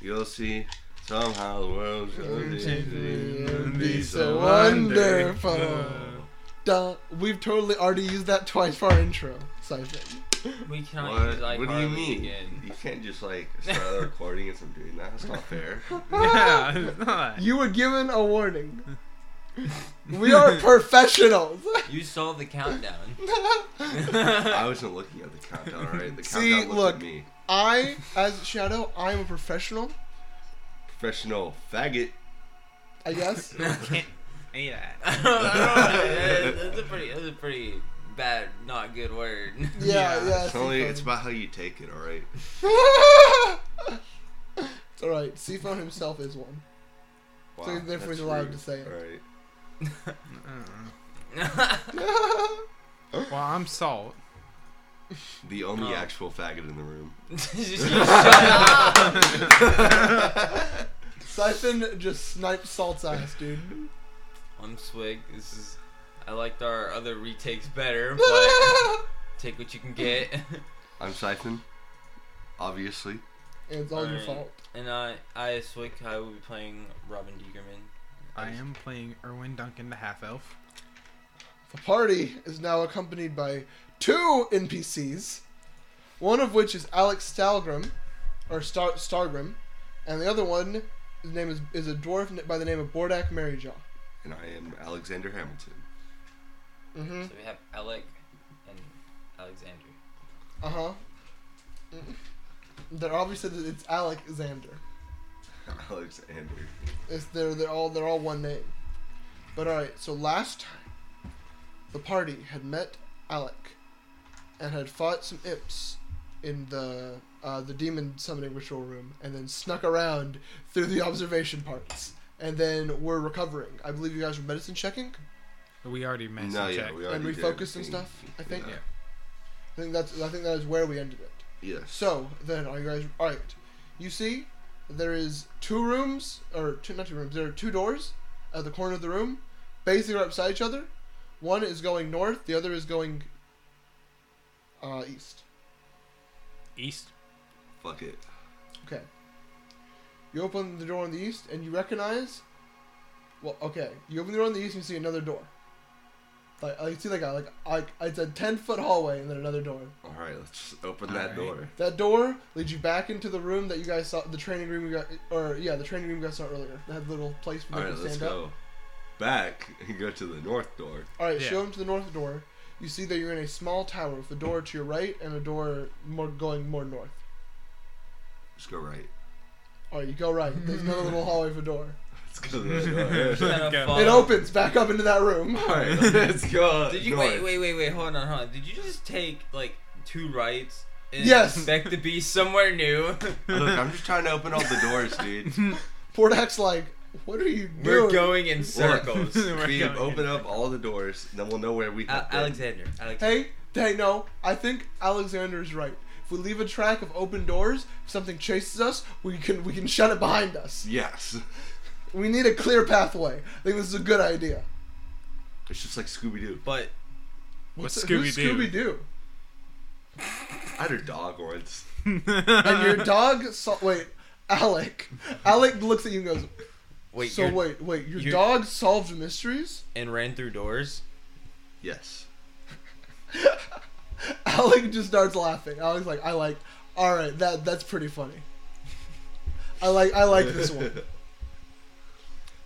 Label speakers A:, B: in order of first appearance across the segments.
A: You'll see somehow the world's gonna
B: It'll
A: be,
B: be so wonderful.
C: Duh, we've totally already used that twice for our intro. Sorry.
B: We cannot
A: What?
B: use like
A: what do
B: Harley
A: you mean?
B: again.
A: You can't just like start a recording and I'm doing that. That's not fair.
B: yeah, it's not.
C: You were given a warning. We are professionals.
B: You saw the countdown.
A: I wasn't looking at the countdown. All right, the
C: See,
A: countdown looked
C: look.
A: at me.
C: I, as Shadow, I'm a professional,
A: Professional faggot.
C: I guess.
D: Can't say that.
B: I don't know. That's a pretty. That's a pretty bad, not good word.
C: Yeah, yeah.
A: It's
C: see,
A: only
C: phone.
A: it's about how you take it. All right.
C: it's alright. Seaphone himself is one.
A: Wow,
C: So therefore
A: that's
C: he's allowed
A: rude.
C: to say it.
A: All right.
D: Well, I'm salt.
A: The only
B: Oh.
A: actual faggot in the room.
B: You shut up.
C: Siphon just sniped Salt's ass, dude.
B: I'm Swig. This is. I liked our other retakes better, but take what you can get.
A: I'm Siphon. Obviously.
C: it's all your
B: Alright.
C: fault.
B: And I, I Swig, I will be playing Robin Um, Degerman.
D: I am playing Erwin Duncan, the half elf.
C: The party is now accompanied by two NPCs, one of which is Alex Stalgrim, or Star- Stargrim, and the other one, his name is, is a dwarf n- by the name of Bordak Maryjaw.
A: And I am Alexander Hamilton.
C: Mm-hmm.
B: So we have Alec and Alexander.
C: Uh huh. Mm-hmm. They're obviously it's Alec Xander.
A: Alexander.
C: It's they're they're all they're all one name. But all right, so last time, the party had met Alec, and had fought some imps in the uh, the demon summoning ritual room, and then snuck around through the observation parts, and then were recovering. I believe you guys were medicine checking.
D: We already messed
A: No,
D: up.
A: yeah, we already
C: And
A: did
C: refocus
A: everything.
C: and stuff, I think?
A: Yeah.
D: Yeah.
C: I think that's I think that is where we ended it.
A: Yes.
C: So then, are you guys all right? You see, there is two rooms, or two, not two rooms. There are two doors at the corner of the room, basically right beside each other. One is going north, the other is going uh, east.
D: East.
A: Fuck it.
C: Okay. You open the door on the east, and you recognize. Well, okay. You open the door on the east, and you see another door. Like uh, you see, like a like, like it's a ten foot hallway, and then another door.
A: All right, let's open
D: All
A: that
D: right.
A: door.
C: That door leads you back into the room that you guys saw, the training room you got, or yeah, the training room you guys saw earlier. That had the little place
A: All
C: where they
A: right,
C: could
A: let's
C: stand up.
A: go back and go to the north door.
C: All right,
D: Yeah.
C: show them to the north door. You see that you're in a small tower with a door to your right and a door more going more north.
A: Let's go right.
C: All right, you go right. There's another little hallway with a door.
A: Let's go to the door.
B: Kinda
D: Go.
B: fall-
C: It opens back up into that room.
A: All right, let's go.
B: Did you
A: north.
B: wait? Wait, wait, wait. Hold on, hold on. Did you just take like two rights? And
C: Yes.
B: Expect to be somewhere new.
A: Look, I'm just trying to open all the doors, dude.
C: Portak's like, what are you doing?
B: We're going in circles.
D: We're
A: Creep,
D: going
A: open
D: in.
A: up all the doors, then we'll know where we.
B: Al-
A: have been.
B: Alexander.
C: Hey,
B: Alexander.
C: hey, no. I think Alexander's right. If we leave a track of open doors, if something chases us, we can we can shut it behind us.
A: Yes.
C: We need a clear pathway. I think this is a good idea.
A: It's just like Scooby Doo.
B: But
D: What's
C: What's-
D: Scooby
C: who's
D: Doo?
C: Scooby Doo.
A: I had a dog once.
C: And your dog saw. Wait, Alec. Alec looks at you and goes,
B: wait.
C: So
B: you're-
C: wait, wait, your
B: you're-
C: dog solved mysteries?
B: And ran through doors.
A: Yes.
C: Alec just starts laughing. Alec's like, I like, alright, that that's pretty funny. I like I like this one.
B: Your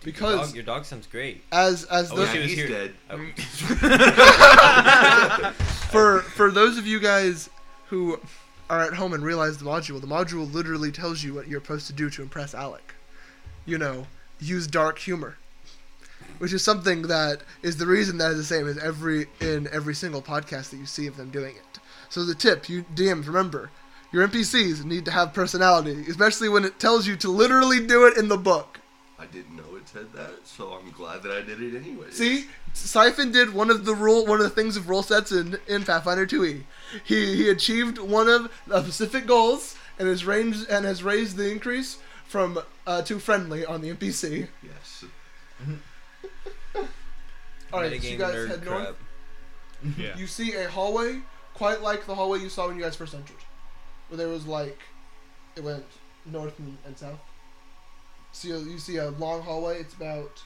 C: Because
B: dog, your Oh, dog sounds great. Oh,
C: as as
B: I
C: those
B: wish
A: yeah,
B: he was
A: he's
B: here.
A: dead.
C: Mm.
B: I-
C: for for those of you guys who are at home and realize the module, the module literally tells you what you're supposed to do to impress Alec. You know, use dark humor, which is something that is the reason that is the same as every in every single podcast that you see of them doing it. So the tip, you DMs, remember, your NPCs need to have personality, especially when it tells you to literally do it in the book.
A: I didn't know it said that, so I'm glad that I did it anyway.
C: See, Siphon did one of the rule, one of the things of rule sets in, in Pathfinder 2e. He he achieved one of the specific goals and has ranged and has raised the increase from uh, to friendly on the NPC.
A: Yes.
C: All right, so
B: Metagame
C: you guys
B: nerd
C: head
B: crap.
C: north.
D: yeah.
C: You see a hallway quite like the hallway you saw when you guys first entered, where there was like, it went north and, and south. So you, you see a long hallway. It's about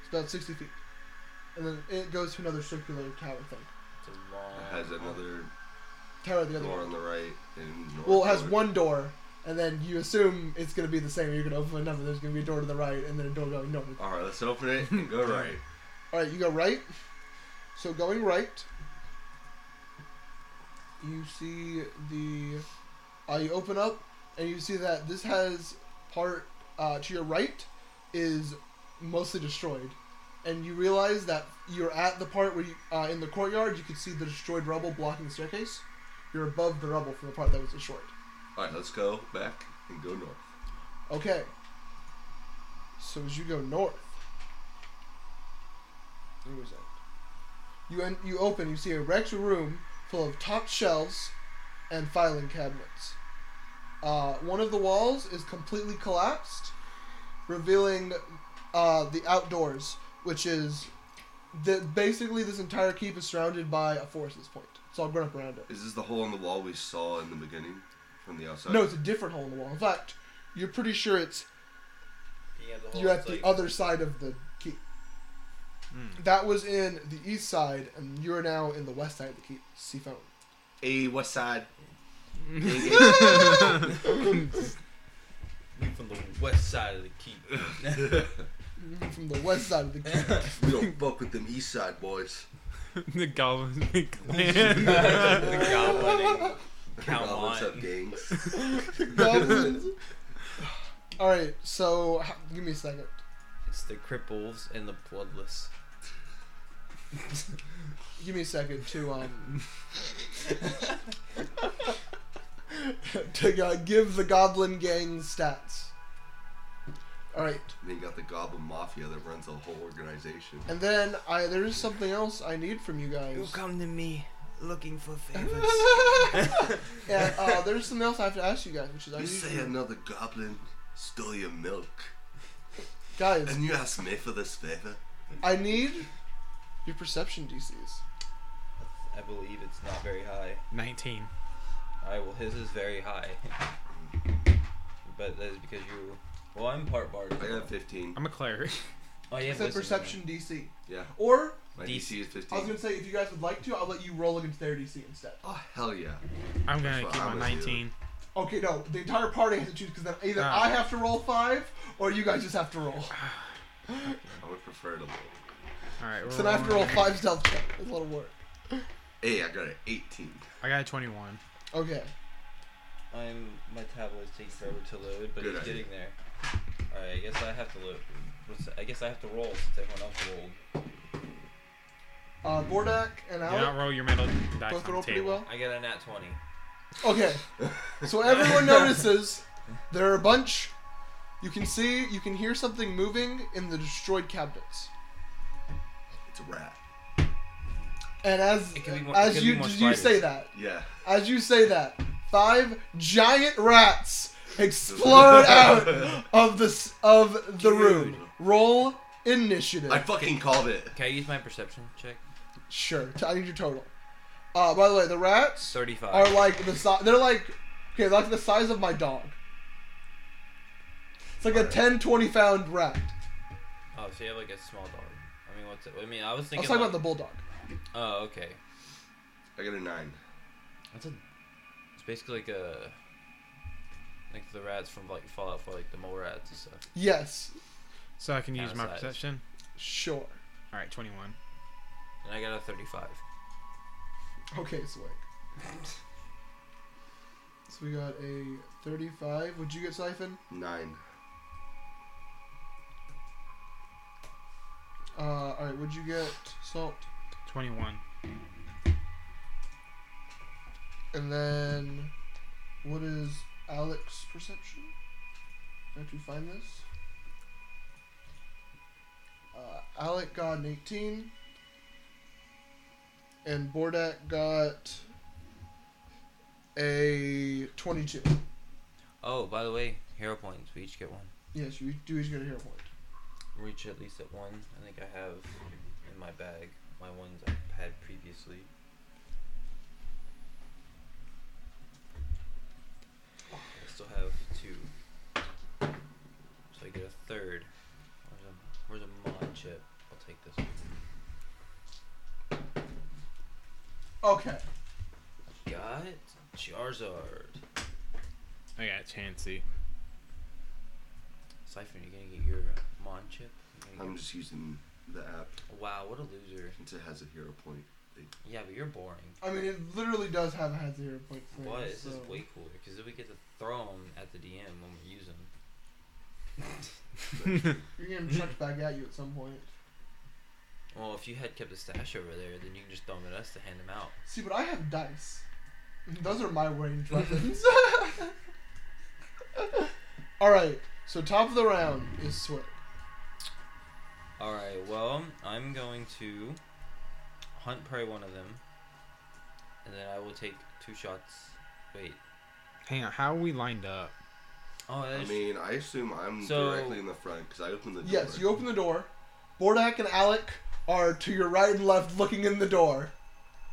C: it's about sixty feet, and then it goes to another circular tower thing.
B: It's a long.
A: It has another
C: Tower the other
A: door
C: way.
A: on the right. And north
C: Well, it has
A: door.
C: one door, and then you assume it's gonna be the same. You're gonna open another. There's gonna be a door to the right, and then a door going north.
A: All right, let's open it and go right.
C: All right, you go right. So going right, you see the. Uh, you open up, and you see that this has part uh, to your right is mostly destroyed, and you realize that you're at the part where you, uh, in the courtyard you can see the destroyed rubble blocking the staircase. You're above the rubble for the part that was destroyed.
A: All right, let's go back and go north.
C: Okay. So as you go north, where was that? You en- you open. You see a wrecked room full of top shelves and filing cabinets. Uh, one of the walls is completely collapsed, revealing uh, the outdoors, which is the, basically this entire keep is surrounded by a forest at this point. It's all grown up around it.
A: Is this the hole in the wall we saw in the beginning from the outside?
C: No, it's a different hole in the wall. In fact, you're pretty sure it's You're at the other side of the keep.
D: Mm.
C: That was in the east side, and you're now in the west side of the keep, Seafoam.
A: Hey, west side.
B: You from the west side of the keep.
C: From the west side of the keep.
A: We don't fuck with them east side boys.
D: the goblin clan.
B: the goblin. and Count
A: Oh, what's up,
B: on.
A: gangs?
C: Goblins. All right, so h- give me a second.
B: It's the cripples and the bloodless.
C: Give me a second to um to uh, give the goblin gang stats. All right,
A: And then you got the Goblin Mafia that runs the whole organization.
C: and then I there is something else I need from you guys.
B: come to me looking for favors.
C: And uh, there's something else I have to ask you guys, which is I
A: You
C: need
A: say another goblin stole your milk,
C: guys.
A: and you ask me for this favor?
C: I need your perception DCs.
B: I believe it's not very high.
D: Nineteen.
B: Alright, well, his is very high. but that is because you. Well, I'm part bard.
A: I got 15.
D: I'm a cleric.
B: Oh, yeah,
C: It's a perception DC.
A: Yeah,
C: Or
A: my
B: These-
A: DC is
C: I was
A: 15.
C: gonna say, if you guys would like to, I'll let you roll against their DC instead.
A: Oh, hell yeah.
D: I'm
A: That's
D: gonna
A: what
D: keep
A: I
D: my
A: would do.
D: nineteen.
C: Okay, no, the entire party has to choose because then either
D: Ah.
C: I have to roll five or you guys just have to roll.
A: I would prefer to roll.
D: All right. We're
C: So then I have to roll
D: rolling.
C: five stealth check. That's a lot of work.
A: Hey, I got an 18.
D: I got a twenty-one.
C: Okay.
B: I'm. My tablet's taking forever to load, but
A: Good
B: it's
A: idea.
B: getting there. Alright, I guess I have to load. What's, I guess I have to roll since everyone else rolled.
C: Uh, Gordak and
D: Do not
C: Alec
D: roll your metal
C: both
D: dice on the
C: roll pretty
D: table.
C: well.
B: I got a nat 20.
C: Okay. So everyone notices there are a bunch. You can see, you can hear something moving in the destroyed cabinets.
A: It's a rat.
C: And as
B: It could be more- it
C: as
B: could
C: you
B: be more
C: you say
B: spiders.
C: that,
A: Yeah.
C: As you say that, five giant rats explode out of the s- of the room. Roll initiative.
A: I fucking called it.
B: Can I use my perception check?
C: Sure. t- I need your total. Uh, by the way, the rats
B: 35.
C: are like the size. They're like okay, like the size of my dog. It's like a 10, 20 pound rat.
B: Oh, so you have like a small dog. I mean, what's it? I mean, I was
C: I was
B: thinking.
C: talking
B: like,
C: about the bulldog.
B: Oh, okay.
A: I got a 9.
B: That's a. It's basically like a. Like the rats from like Fallout 4, like the mole rats and stuff.
C: Yes,
D: So I can use my
B: Outside.
D: perception.
C: sure.
D: All right, twenty-one.
B: And I got a 35.
C: Okay, Swig. So we got a 35. Would you get siphon?
A: 9.
C: Uh, alright, what'd you get? Salt.
D: Twenty-one.
C: And then, what is Alex's perception? I have to find this. Uh, Alec got an 18. And Bordak got a 22.
B: Oh, by the way, hero points. We each get one.
C: Yes, you do each get a hero point.
B: Reach at least at one. I think I have in my bag my ones I've had previously.
C: Okay.
B: Got Charizard.
D: I got Chansey.
B: Siphon, you gonna get your Mon chip? You gonna
A: I'm
B: get-
A: just using the app
B: Wow, what a loser.
A: since it has a hero point.
B: Yeah, but you're boring.
C: I mean, it literally does have had zero point three.
B: But this
C: so.
B: is way cooler because we get to throw them at the DM when we use them.
C: You're getting chucked back at you at some point.
B: Well, if you had kept the stash over there, then you can just throw them at us to hand them out.
C: See, but I have dice. Those are my range weapons. All right. So top of the round is Swig.
B: All right. Well, I'm going to hunt prey one of them, and then I will take two shots. Wait.
D: Hang on, how are we lined up?
B: Oh, that
A: I
B: is
A: mean, I assume I'm
B: So-
A: directly in the front because I opened the door.
C: Yes, you open the door. Bordak and Alec are to your right and left, looking in the door.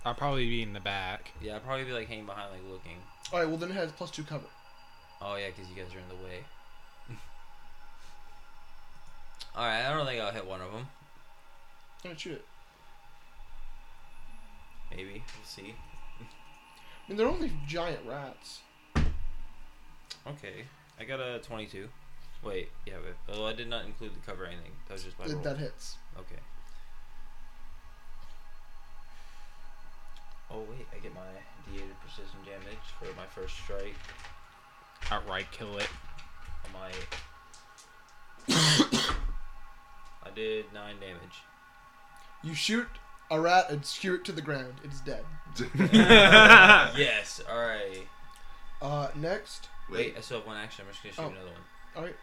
D: I'll probably be in the back.
B: yeah. I'd probably be like hanging behind, like looking.
C: All right. Well, then it has plus two cover.
B: Oh yeah, because you guys are in the way. All right. I don't think I'll hit one of them.
C: All right, shoot it.
B: Maybe we'll
C: I
B: see.
C: mean, they're only giant rats.
B: Okay. I got a 22. Wait. Yeah. But, well, I did not include the cover or anything. That was just my
C: That-
B: roll.
C: that hits.
B: Okay. Oh wait, I get my D8 of precision damage for my first strike.
D: Outright kill it.
B: I might. I did nine damage.
C: You shoot a rat and skew it to the ground. It's dead.
B: Yes. All right.
C: Uh, next.
B: Wait,
A: Wait,
B: I still have one action. I'm just gonna shoot
C: Oh.
B: another one.
C: All right.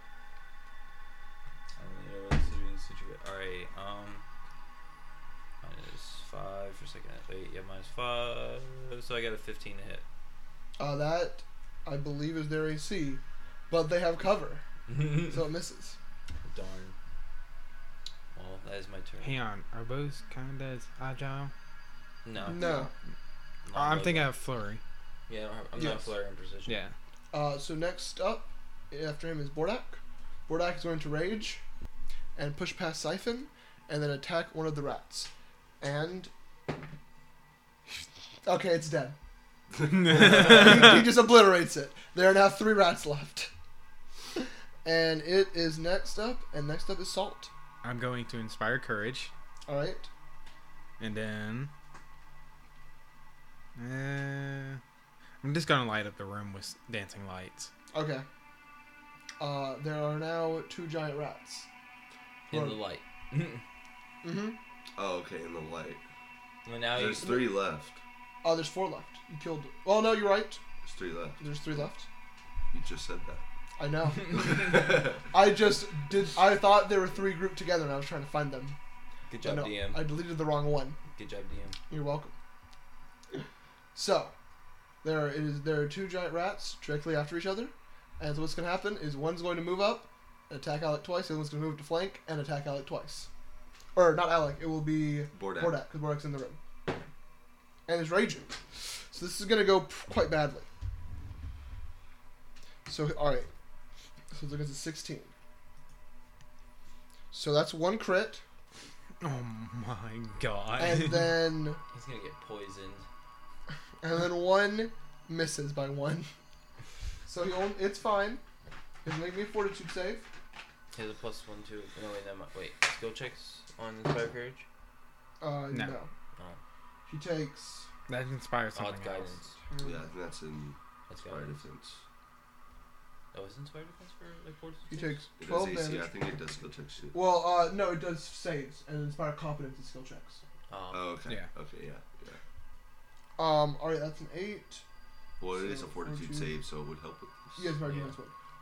B: I don't know what else to do in this situa- All right. Um. Minus five for second. Wait, yeah, minus five. So I got a 15 to hit.
C: Uh, that I believe is their AC, but they have cover, so it misses.
B: Darn. Well, that is my turn.
D: Hang on, are both kind of agile?
B: No.
C: No.
B: Not
D: Oh, I'm
B: both.
D: thinking of flurry.
B: Yeah, I don't have, I'm not
C: Yes.
B: flaring precision.
D: Yeah.
C: Uh, so next up, after him is Bordak. Bordak is going to rage, and push past Siphon, and then attack one of the rats, and. Okay, it's dead. he, he just obliterates it. There are now three rats left. And it is next up, and next up is Salt.
D: I'm going to inspire courage,
C: All right.
D: and then. Uh, I'm just gonna light up the room with s- dancing lights.
C: Okay. Uh, there are now two giant rats.
B: In
C: Right.
B: the light.
C: Mm-hmm.
A: Oh, okay, in the light.
B: Well, now you,
A: There's three left.
C: Oh, there's four left. You killed. Oh no, you're right.
A: There's three left.
C: There's three left.
A: You just said
C: I know.
A: that.
C: I just did. I thought there were three grouped together, and I was trying to find them.
B: good
C: I
B: job,
C: know,
B: DM.
C: I deleted the wrong one.
B: Good job, DM.
C: You're welcome. So, there are, it is. There are two giant rats directly after each other, and so what's going to happen is one's going to move up, and attack Alec twice. The other one's going to move to flank and attack Alec twice, or not Alec. It will be
A: Bordak.
C: Bordak because Bordak's in the room, and is raging. So this is going to go p- quite badly. So all right, so it's against a sixteen. So that's one crit,
D: Oh my god.
C: and then.
B: He's gonna get poisoned.
C: and then one misses by one. So he only, it's fine. He's making me a fortitude save.
B: He has a plus one, two. No, wait, never mind. Wait. Skill checks on Inspire Courage?
C: Uh, no.
D: No.
B: Oh.
C: He takes.
D: that inspires
B: Oh, it's
D: something
B: guidance.
D: else.
A: yeah, I think that's in
B: That's
A: fire
B: guidance.
A: defense.
B: That was Inspire Defense for like fortitude?
C: He
B: saves?
A: It
C: takes
A: does
C: twelve
A: AC.
C: damage.
A: I think it does skill checks too.
C: Well, uh, no, it does saves and inspire competence and skill checks.
B: Oh.
A: Oh, okay.
D: Yeah.
A: Okay, yeah. yeah.
C: Um, all right, that's an eight.
A: Well, it
C: So,
A: is a fortitude
C: fortitude.
A: save, so it would help with this.
C: He has my
B: Yeah.
C: one.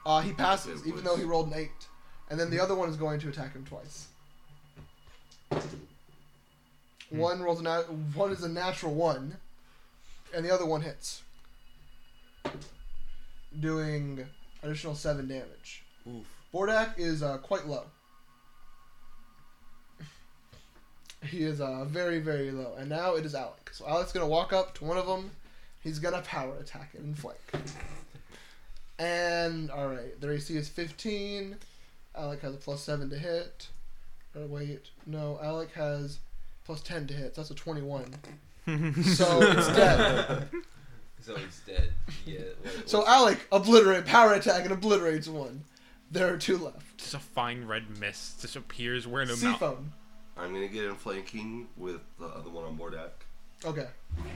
C: Uh, he passes,
A: It
C: even
A: was-
C: though he rolled an eight. And then the other one is going to attack him twice. One rolls a nat- one is a natural one, and the other one hits, doing additional seven damage.
B: Oof.
C: Bordak is uh, quite low. He is uh, very, very low. And now it is Alec. So Alec's going to walk up to one of them. He's going to power attack it and flank. And, alright, their AC is 15. Alec has a plus 7 to hit. Or wait, no, Alec has plus 10 to hit. So that's a 21. So it's dead.
B: So he's dead. Yeah. like,
C: So
B: what's-
C: Alec obliterate power attack and obliterates one. There are two left.
D: Just a fine red mist just appears where no mouth.
C: Seafoam.
A: I'm gonna get in flanking with the other one on board act.
C: Okay.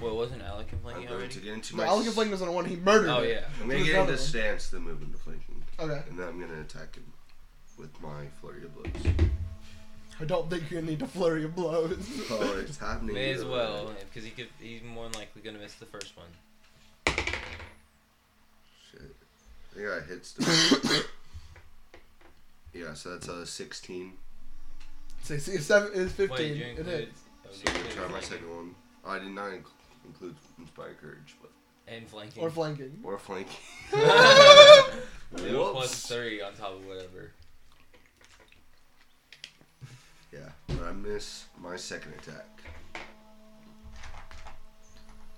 B: Well, wasn't Alec
A: I'm
B: complaining
A: going
B: already?
A: to get into
C: No,
A: my.
C: Alec and
A: s-
C: Flink was on one. He murdered.
B: Oh
C: it.
B: yeah.
A: I'm gonna
C: Who's
A: get
C: the
A: into
C: other one?
A: stance, then move into flanking,
C: Okay.
A: and then I'm gonna attack him with my flurry of blows.
C: I don't think you need a flurry of blows.
A: Oh, it's happening.
B: May as
A: either
B: well,
A: way.
B: because he could. He's more than likely gonna miss the first one.
A: Shit. I think I hit stuff. yeah, so that's a 16.
C: Say, see, seven is fifteen.
B: Wait, you
C: it is.
B: include? oh,
A: So
B: you
A: I'm gonna
B: include
A: try my
B: flanking
A: second one. I did not inc- include Inspire Courage, but.
B: And flanking.
C: Or flanking.
A: Or flanking.
B: They have a plus
A: Whoops.
B: three on top of whatever.
A: Yeah, but I miss my second attack.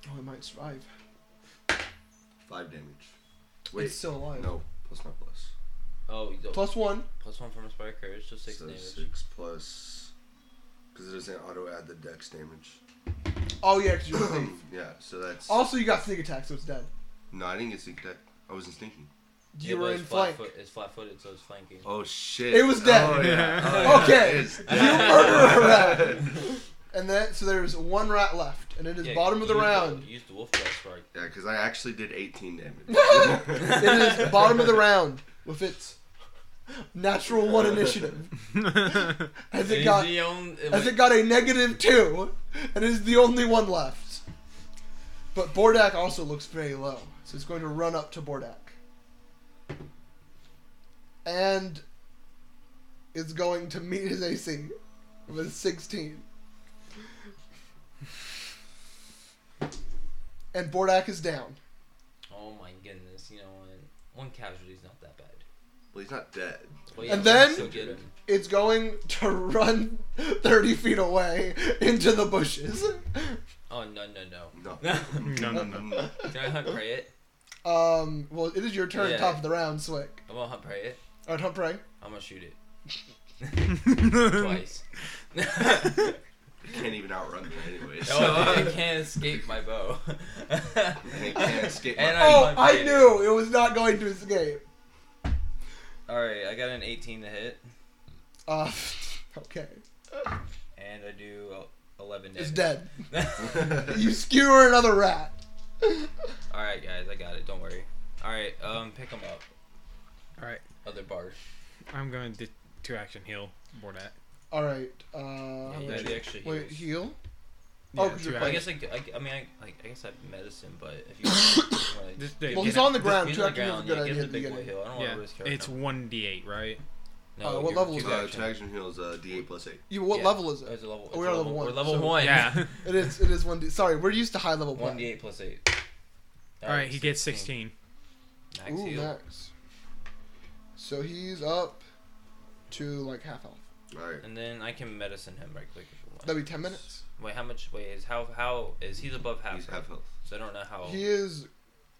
C: Oh, it might survive.
A: Five damage. Wait,
C: It's still alive.
A: no, plus my plus.
B: Oh, you don't, plus,
C: Plus one.
B: plus one from Inspire Courage, so six
A: so
B: damage.
A: six plus. Because it doesn't auto add the dex damage.
C: Oh yeah, 'cause you're a thief.
A: yeah, so that's.
C: Also, you got sneak attack, so it's dead.
A: No, I didn't get sneak attack. I wasn't sneaking.
B: Yeah,
C: You
B: but
C: were
B: it's
C: in
B: flat
C: flank.
B: Foot, it's flat footed, so it's flanking.
A: Oh shit.
C: It was dead.
A: Oh, yeah. Oh, yeah, it
C: Okay,
A: is
C: you
A: dead.
C: murderer rat. And then, so there's one rat left, and it is
B: Yeah,
C: bottom of the
B: use
C: round.
B: Use the wolf breath strike.
A: Yeah, because I actually did 18 damage.
C: It is bottom of the round with its natural one initiative. As it
B: He's
C: got
B: the only-
C: as
B: wait,
C: it got a negative two, and is the only one left. But Bordak also looks very low, so it's going to run up to Bordak, and it's going to meet his AC with sixteen. And Bordak is down.
B: oh my goodness, you know what? One casualty's not that bad.
A: well, he's not dead.
B: But
C: And
B: we
C: then-
B: still get him.
C: It's going to run 30 feet away into the bushes.
B: Oh no no no!
A: No.
D: No, no, no.
B: Can I hunt prey it?
C: Um, well, it is your turn,
B: Yeah.
C: top of the round, Swick.
B: I'm gonna hunt prey it.
C: Alright, Hunt Prey.
B: I'm gonna shoot it twice.
A: You can't even outrun me anyway. So.
B: oh, it can't escape my bow.
A: It can't escape my-
B: And I
C: Oh,
B: hunt prey
C: I
B: it.
C: knew it was not going to escape.
B: All right, I got an 18 to hit,
C: Uh, okay.
B: and I do uh, 11 damage.
C: It's dead. You
A: you
C: skewer another rat.
B: All right, guys, I got it. Don't worry. All right, um, pick him up.
D: Alright,
B: Other bars.
D: I'm going to two action heal Bordat.
C: Alright, uh. how
B: Um, Yeah,
C: much-
B: the extra
C: Wait,
B: heals.
C: heal?
D: Yeah,
C: Oh, 'cause
D: two
C: you're
B: I
C: playing.
D: action-
B: guess I, I, I mean I, like, I guess I have medicine, but if you want
D: Just do it.
C: Well,
D: Get
C: he's
D: it.
C: on the
D: Just-
C: ground.
B: he's
C: Two
B: on the
C: action heal is a
B: ground,
C: good
B: yeah, give
C: idea at
B: him the
C: the
B: big boy
C: beginning.
B: heal. I don't
D: Yeah,
B: want to risk her.
D: it's 1d8, right?
C: Uh, what level is
A: uh, two action heals uh, D8 plus 8.
C: You, what
B: Yeah.
C: level is it?
B: It's a level.
C: Oh, we're
B: it's a
C: on level one,
B: We're level
C: so-
B: one.
D: Yeah.
C: It is. It is one. D- Sorry, we're used to high level
B: one d
C: play.
B: eight plus eight.
D: Alright, he gets 16.
B: Max
C: Ooh,
B: heal.
C: max. So he's up to like half health.
A: Alright.
B: And then I can medicine him right quick if you want.
C: That'd be ten minutes.
B: Wait, how much? Wait, is how how is he's above half?
A: He's half health.
B: So I don't know how.
C: He is.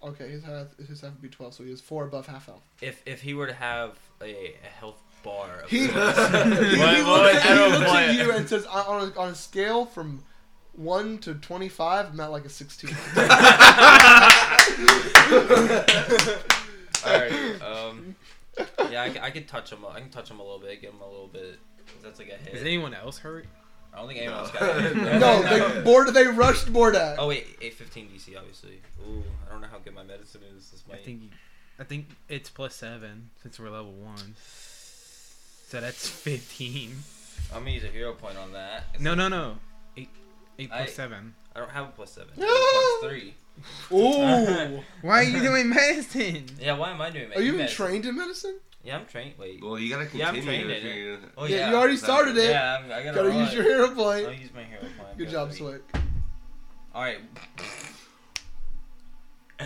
C: Okay, his half his half would be twelve, so he is four above half health.
B: If if he were to have a, a health bar. Of
C: He, he,
B: sorts-
C: looks, at,
B: I
C: he
B: don't
C: looks at
B: want-
C: you and says, "On- on a, on a scale from one to twenty-five, I'm at like a sixteen.
B: Alright, um, yeah, I, c- I could touch him. I can touch him a little bit, give him a little bit. 'cause That's like a
D: Is
B: hit.
D: anyone else hurt?
B: I don't think anyone else
A: No.
B: got it.
C: no, they board. They rushed Bordak.
B: Oh wait, eight fifteen DC obviously. Ooh, I don't know how good my medicine is. This
D: I
B: might.
D: think I think it's plus 7 since we're level 1. So that's 15.
B: I'm gonna use a hero point on that.
D: No, no, no. 8 8
B: I-
D: plus 7.
B: I don't have a plus seven. I have a plus three.
C: Ooh,
D: Why are you doing medicine?
B: Yeah, why am I doing?
C: are you even
B: medicine?
C: trained in medicine?
B: Yeah, I'm trained. Wait.
A: Well, you gotta
B: Yeah, I'm
A: continue.
B: trained
A: if
B: in it.
A: you're gonna-
B: Oh
C: yeah,
B: yeah.
C: you already
A: exactly.
C: started it.
B: Yeah, I'm, I gotta. Oh,
C: Gotta
B: roll
C: use
B: it.
C: your hero
B: I'll
C: point.
B: use my hero point.
C: Good job, Slick.
B: All right.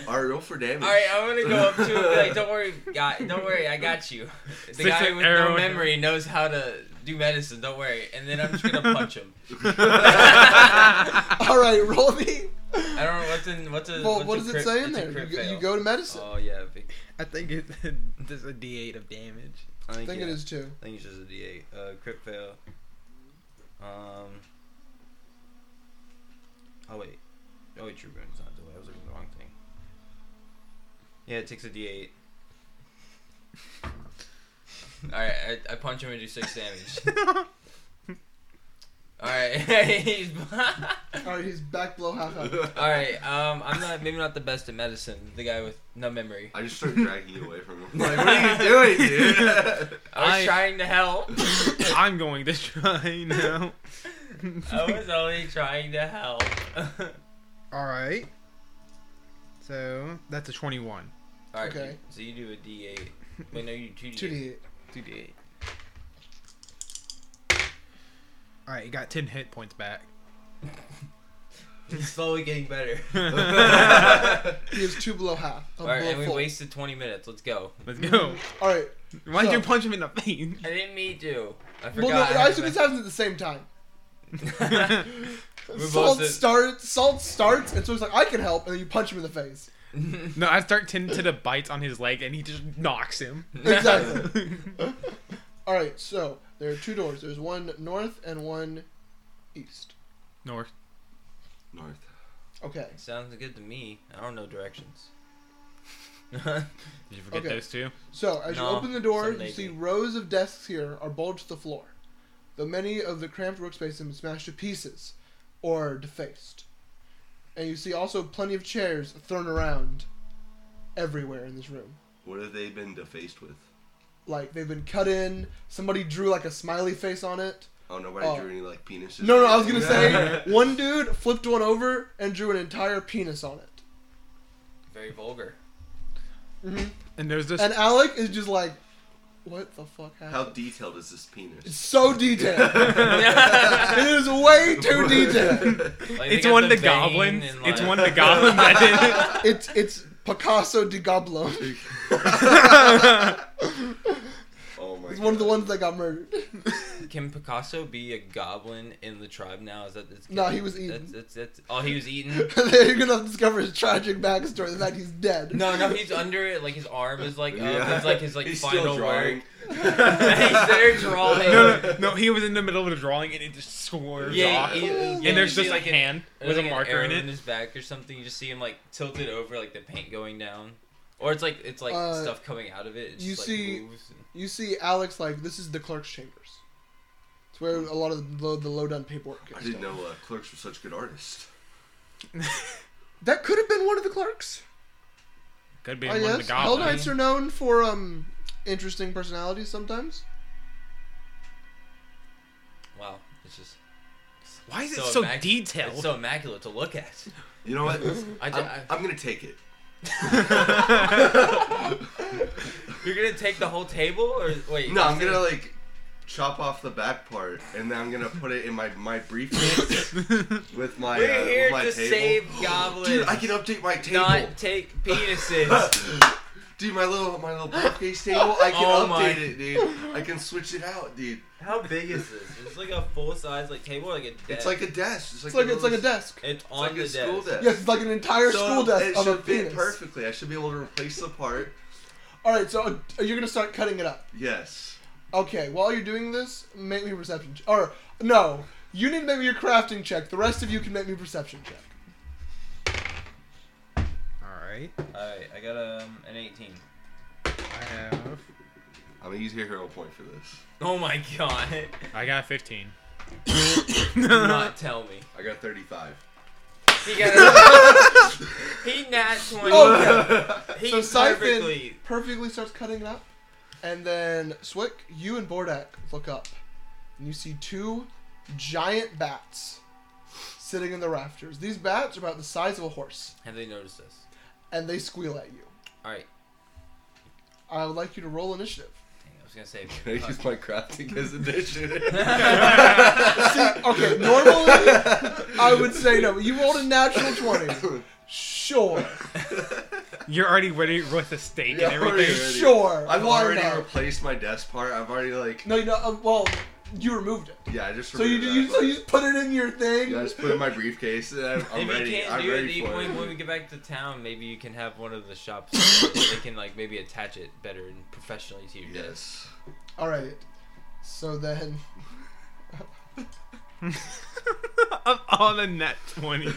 A: Alright, roll for damage.
B: All right, I'm gonna go up to him. and be Like, don't worry, guy. Don't worry, I got you. The
D: Sticks
B: guy
D: an
B: with
D: arrow
B: no
D: in-
B: memory knows how to do medicine. Don't worry. And then I'm just gonna punch him.
C: All right, roll me.
B: I don't know what's in what's a.
C: Well,
B: what's
C: what
B: a
C: does it
B: crit-
C: say in
B: it's a
C: there?
B: crit
C: You, go- you
B: fail.
C: go to medicine.
B: Oh yeah, Vic.
D: I think it, there's a d8 of damage.
B: I
C: I
B: think,
C: think it
B: yeah.
C: is too.
B: I think it's just a D8. Uh, crit fail. Um. Oh wait. Oh wait, True Boon's not delay. I was looking at the wrong thing. Yeah, it takes a D8. Alright, I, I punch him and do 6 damage. Alright.
C: Alright, he's back blow half out.
B: Alright, um, I'm not maybe not the best at medicine, the guy with no memory.
A: I just started dragging you away from him. Like, what are you doing, dude?
B: I was
D: I-
B: trying to help.
D: I'm going to try now.
B: I was uh only trying to help.
D: All right. So that's a 21.
B: Alright,
C: Okay.
B: so you do a D8. Wait, no, you do 2
C: Two D eight.
D: 2d8. All right, you got 10 hit points back.
B: He's slowly getting better.
C: He has two below half. a
B: Alright,
C: below
B: and we
C: full.
B: wasted 20 minutes. Let's go.
D: Let's go.
C: Alright.
D: Why'd
C: So-
D: you punch him in the face?
B: I didn't mean to. I
C: Well,
B: forgot.
C: no,
B: I
C: actually,
B: had
C: this happens at the same time.
B: to- We
C: Salt
B: both did-
C: starts. Salt starts, and so he's like, "I can help," and then you punch him in the face.
D: no, I start tending to the bites on his leg, and he just knocks him.
C: Exactly. All right, so there are two doors. There's one north and one east.
D: North.
A: North.
C: Okay.
B: Sounds good to me. I don't know directions.
D: Did you forget
C: Okay.
D: those two?
C: So as you
B: No,
C: open the door,
B: some
C: you see
B: lady.
C: rows of desks here are bulged to the floor, though many of the cramped workspace have been smashed to pieces or defaced. And you see also plenty of chairs thrown around everywhere in this room.
A: What have they been defaced with?
C: Like they've been cut in. Somebody drew like a smiley face on it.
A: Oh, nobody
C: Oh.
A: drew any like penises.
C: No,
A: or
C: no, I was gonna
A: anything?
C: say one dude flipped one over and drew an entire penis on it,
B: Very vulgar.
D: And there's this.
C: and Alec is just like, "What the fuck
A: How
C: happened?"
A: detailed is this
C: It's
A: penis?
C: so detailed.
B: Like,
C: it is way too detailed.
B: they
D: it's
B: got
D: one of the
B: vein
D: goblins.
B: and,
D: It's
B: like-
D: one of the goblins that
C: It's it's Picasso di Goblo.
A: oh my.
C: It's one of the
A: God.
C: ones that got murdered.
B: Can Picasso be a goblin in the tribe now? Is that it's,
C: No, he was eaten.
B: That's, that's, that's, oh, he was eaten.
C: They're gonna discover his tragic backstory. The fact he's dead.
B: No, no, he's under it. Like his arm is like up.
A: Yeah.
B: It's like his like
A: He's
B: final
A: still drawing.
B: word. he's there drawing.
D: no, no, no, he was in the middle of the drawing, and it just swerves
B: Yeah,
D: off.
B: he- yeah, you
D: and there's
B: see,
D: just
B: like
D: a hand
B: an,
D: with
B: like
D: a
B: an
D: marker in
B: arrow
D: it.
B: in his back or something. You just see him like tilted over, like the paint going down, or it's like it's like
C: Uh,
B: stuff coming out of it. It's
C: you
B: just,
C: see-
B: like, moves and-
C: You see Alex like this is the clerk's chambers. It's where a lot of the low, the low done paperwork.
A: I
C: gets
A: didn't
C: done.
A: know uh, clerks were such good artists.
C: That could have been one of the clerks.
D: Could
B: Oh,
D: be
C: I
D: one of
C: guess.
D: the
C: Oh, Hell
D: goblins.
C: Knights are known for um interesting personalities sometimes.
B: wow, it's just
D: Why is it
B: So
D: so
B: immac-
D: detailed?
B: it's so immaculate to look at.
A: You know what?
B: I,
A: I'm,
B: I,
A: I'm gonna take it.
B: you're gonna take the whole table or wait?
A: No, I'm gonna like chop off the back part, and then I'm gonna put it in my my briefcase with my
B: We're
A: uh, with
B: here
A: my
B: to
A: table.
B: save goblins,
A: Dude, I can update my table.
B: not take penises.
A: Dude, my little my little briefcase table, I can
B: Oh
A: update
B: my-
A: it, dude. I can switch it out, dude.
B: How big is this? It's like a full size like table, like a desk.
A: It's like a desk. It's like
C: It's like it's like a
A: little-
C: desk.
B: it's
A: It's
B: on
A: like
B: the
A: a school
B: desk.
A: desk.
C: Yes, it's like an entire
A: So
C: school desk
A: it
C: of
A: should
C: a
A: fit
C: penis.
A: perfectly. I should be able to replace the part.
C: All right, so uh, you're gonna start cutting it up.
A: Yes.
C: Okay, while you're doing this, make me a perception. Ch- or no, you need to make me a crafting check. The rest of you can make me a perception check.
D: All right,
B: Alright, I got um, an 18.
D: I have.
A: I'm gonna use your hero point for this.
B: Oh my god.
D: I got 15.
B: Do not tell me.
A: I got 35.
B: He got a, He nat 20.
C: Oh,
B: He
C: so Siphon
B: perfectly.
C: perfectly starts cutting it up, and then Swick, you and Bordak look up, and you see two giant bats sitting in the rafters. These bats are about the size of a horse,
B: Have they noticed this?
C: and they squeal at you.
B: Alright,
C: I would like you to roll initiative.
B: dang, I was gonna say.
A: Can I use my crafting as initiative?
C: See, okay, normally I would say no. but You rolled a natural twenty. Sure,
D: You're already ready with the steak
A: Yeah,
D: and
A: I'm already
D: everything.
A: ready.
C: sure.
A: I've
C: why
A: already
C: not?
A: replaced my desk part. I've already like
C: No, you know, uh, well, you removed it.
A: yeah. I just
C: So you,
A: removed
C: you
A: that
C: so
A: part.
C: you just put it in your thing.
A: yeah. I just put it in my briefcase. And I'm, I'm
B: If
A: ready.
B: you can't
A: I'm
B: do it,
A: ready
B: then
A: for
B: when,
A: it.
B: when we get back to town, maybe you can have one of the shops. they can like maybe attach it better and professionally to your desk.
A: Yes.
C: All right. So then,
D: I'm on a net 20.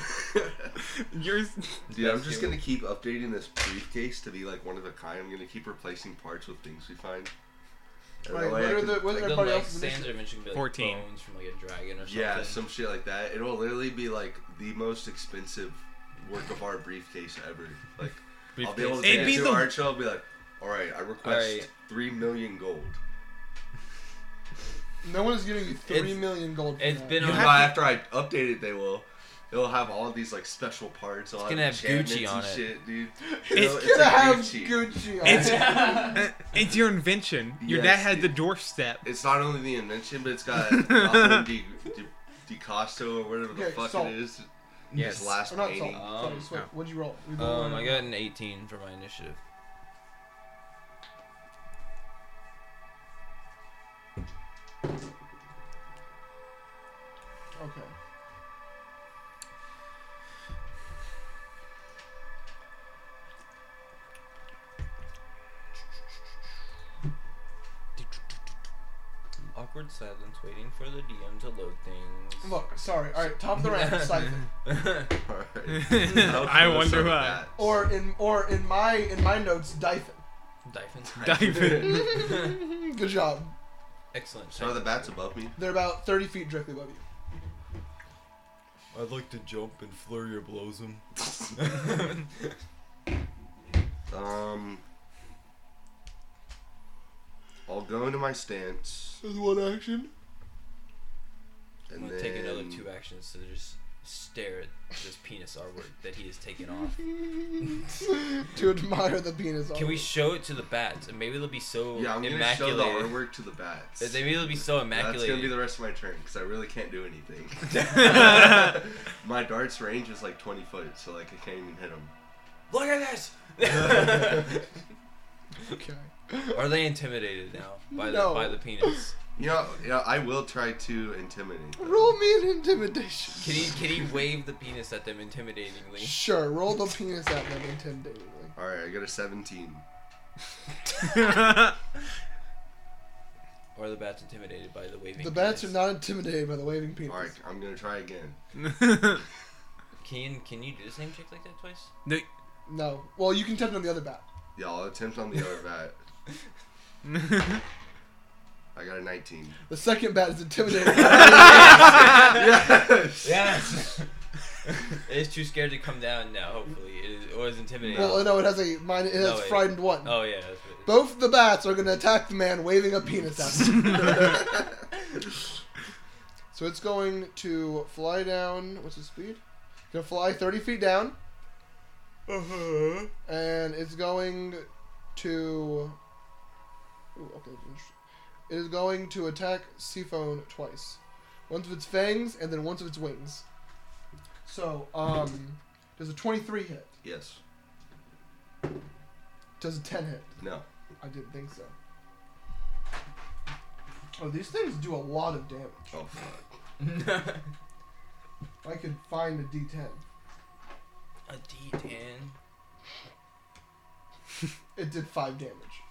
D: Yours.
A: Dude, I'm
B: That's
A: just
B: you.
A: gonna keep updating this briefcase to be like one of a kind. I'm gonna keep replacing parts with things we find. And
C: Wait,
A: that way
C: what
A: I
C: are
A: can-
C: the, what are
B: Like the
C: everybody
B: leg
C: else's
B: stands
C: initiative?
B: are eventually gonna be like
D: 14.
B: bones from like a dragon or something.
A: yeah, some shit like that. It'll literally be like the most expensive work of art briefcase ever. Like I'll be able to take
D: It'd be
A: it to
D: the-
A: art show. and Be like, all right, I request
B: Alright.
A: three million gold.
C: No one's giving you three
B: It's-
C: million gold. for
B: it's
C: that.
B: been
A: You
B: You
A: know,
B: have
A: after I update it, they will. It'll have all these like special parts. It's
B: gonna have Gucci on it.
A: shit, dude.
D: It's
A: know,
C: It's gonna
A: like
C: have Gucci. on
D: It's-
C: it.
D: Uh, it's your invention. Your
A: Yes,
D: dad had the
A: dude.
D: doorstep.
A: It's not only the invention, but it's got Gotham Di, Di, Di Costo or whatever the
C: Okay,
A: fuck
C: salt.
A: it is.
B: Yes.
A: His last
C: Or not
A: painting.
C: salt. sorry,
B: Um,
C: sweat.
D: no.
C: What'd you roll? We rolled
B: Um,
C: one.
B: I got an 18 for my initiative. Oh
C: Okay.
B: Awkward silence, waiting for the DM to load things.
C: Look, sorry. All right, top of the round, siphon.
A: Alright. I'll
D: I
A: close
D: wonder
A: on
D: why.
A: that.
C: Or in or in my in my notes, diphon.
B: Diphon.
D: Dive
C: Good job.
B: Excellent.
A: So are the bats above me?
C: They're about thirty feet directly above you.
B: I'd like to jump and flurry your blows him.
A: Um. I'll go into my stance
C: There's one action.
B: I'm
A: and then
B: gonna take another two actions to just stare at this penis artwork that he has taken off.
C: to admire the penis.
B: Can we show it to the bats? And maybe they'll be so
A: Yeah, I'm gonna show
B: immaculate.
A: the artwork to the bats.
B: that Maybe they'll be so
A: That's
B: immaculate.
A: gonna be the rest of my turn because I really can't do anything. my dart's range is like 20 foot, so like I can't even hit them.
B: Look at this!
C: okay.
B: Are they intimidated now by the
C: No.
B: by the penis?
A: You know, you know, I will try to intimidate. them.
C: Roll me an intimidation.
B: Can he can he wave the penis at them intimidatingly?
C: Sure. Roll the penis at them intimidatingly.
A: All right, I got a 17.
B: Or are the bats intimidated by the waving?
C: The bats are
B: penis?
C: not intimidated by the waving penis.
A: All right, I'm gonna try again.
B: Can can you do the same trick like that twice?
D: no,
C: No. Well, you can tempt on the other bat.
A: Yeah, I'll attempt on the other bat. I got a 19.
C: The second bat is intimidated.
A: yes.
B: Yes. it is too scared to come down now. Hopefully, it is, or is intimidated.
C: well, no, it has a mine. It has
B: No, it-
C: frightened one.
B: oh yeah. That's what it is.
C: Both the bats are going to attack the man waving a penis at them. so it's going to fly down. What's its speed? It's going to fly 30 feet down. Uh huh. And it's going to. Ooh, okay. that's interesting. It is going to attack Seaphone twice. Once with its fangs, and then once with its wings. So, um. Does a 23 hit?
A: yes.
C: Does a 10 hit?
A: No.
C: I didn't think so. Oh, these things do a lot of damage.
A: Oh fuck.
C: I could find a D10.
B: A D ten.
C: It did five damage.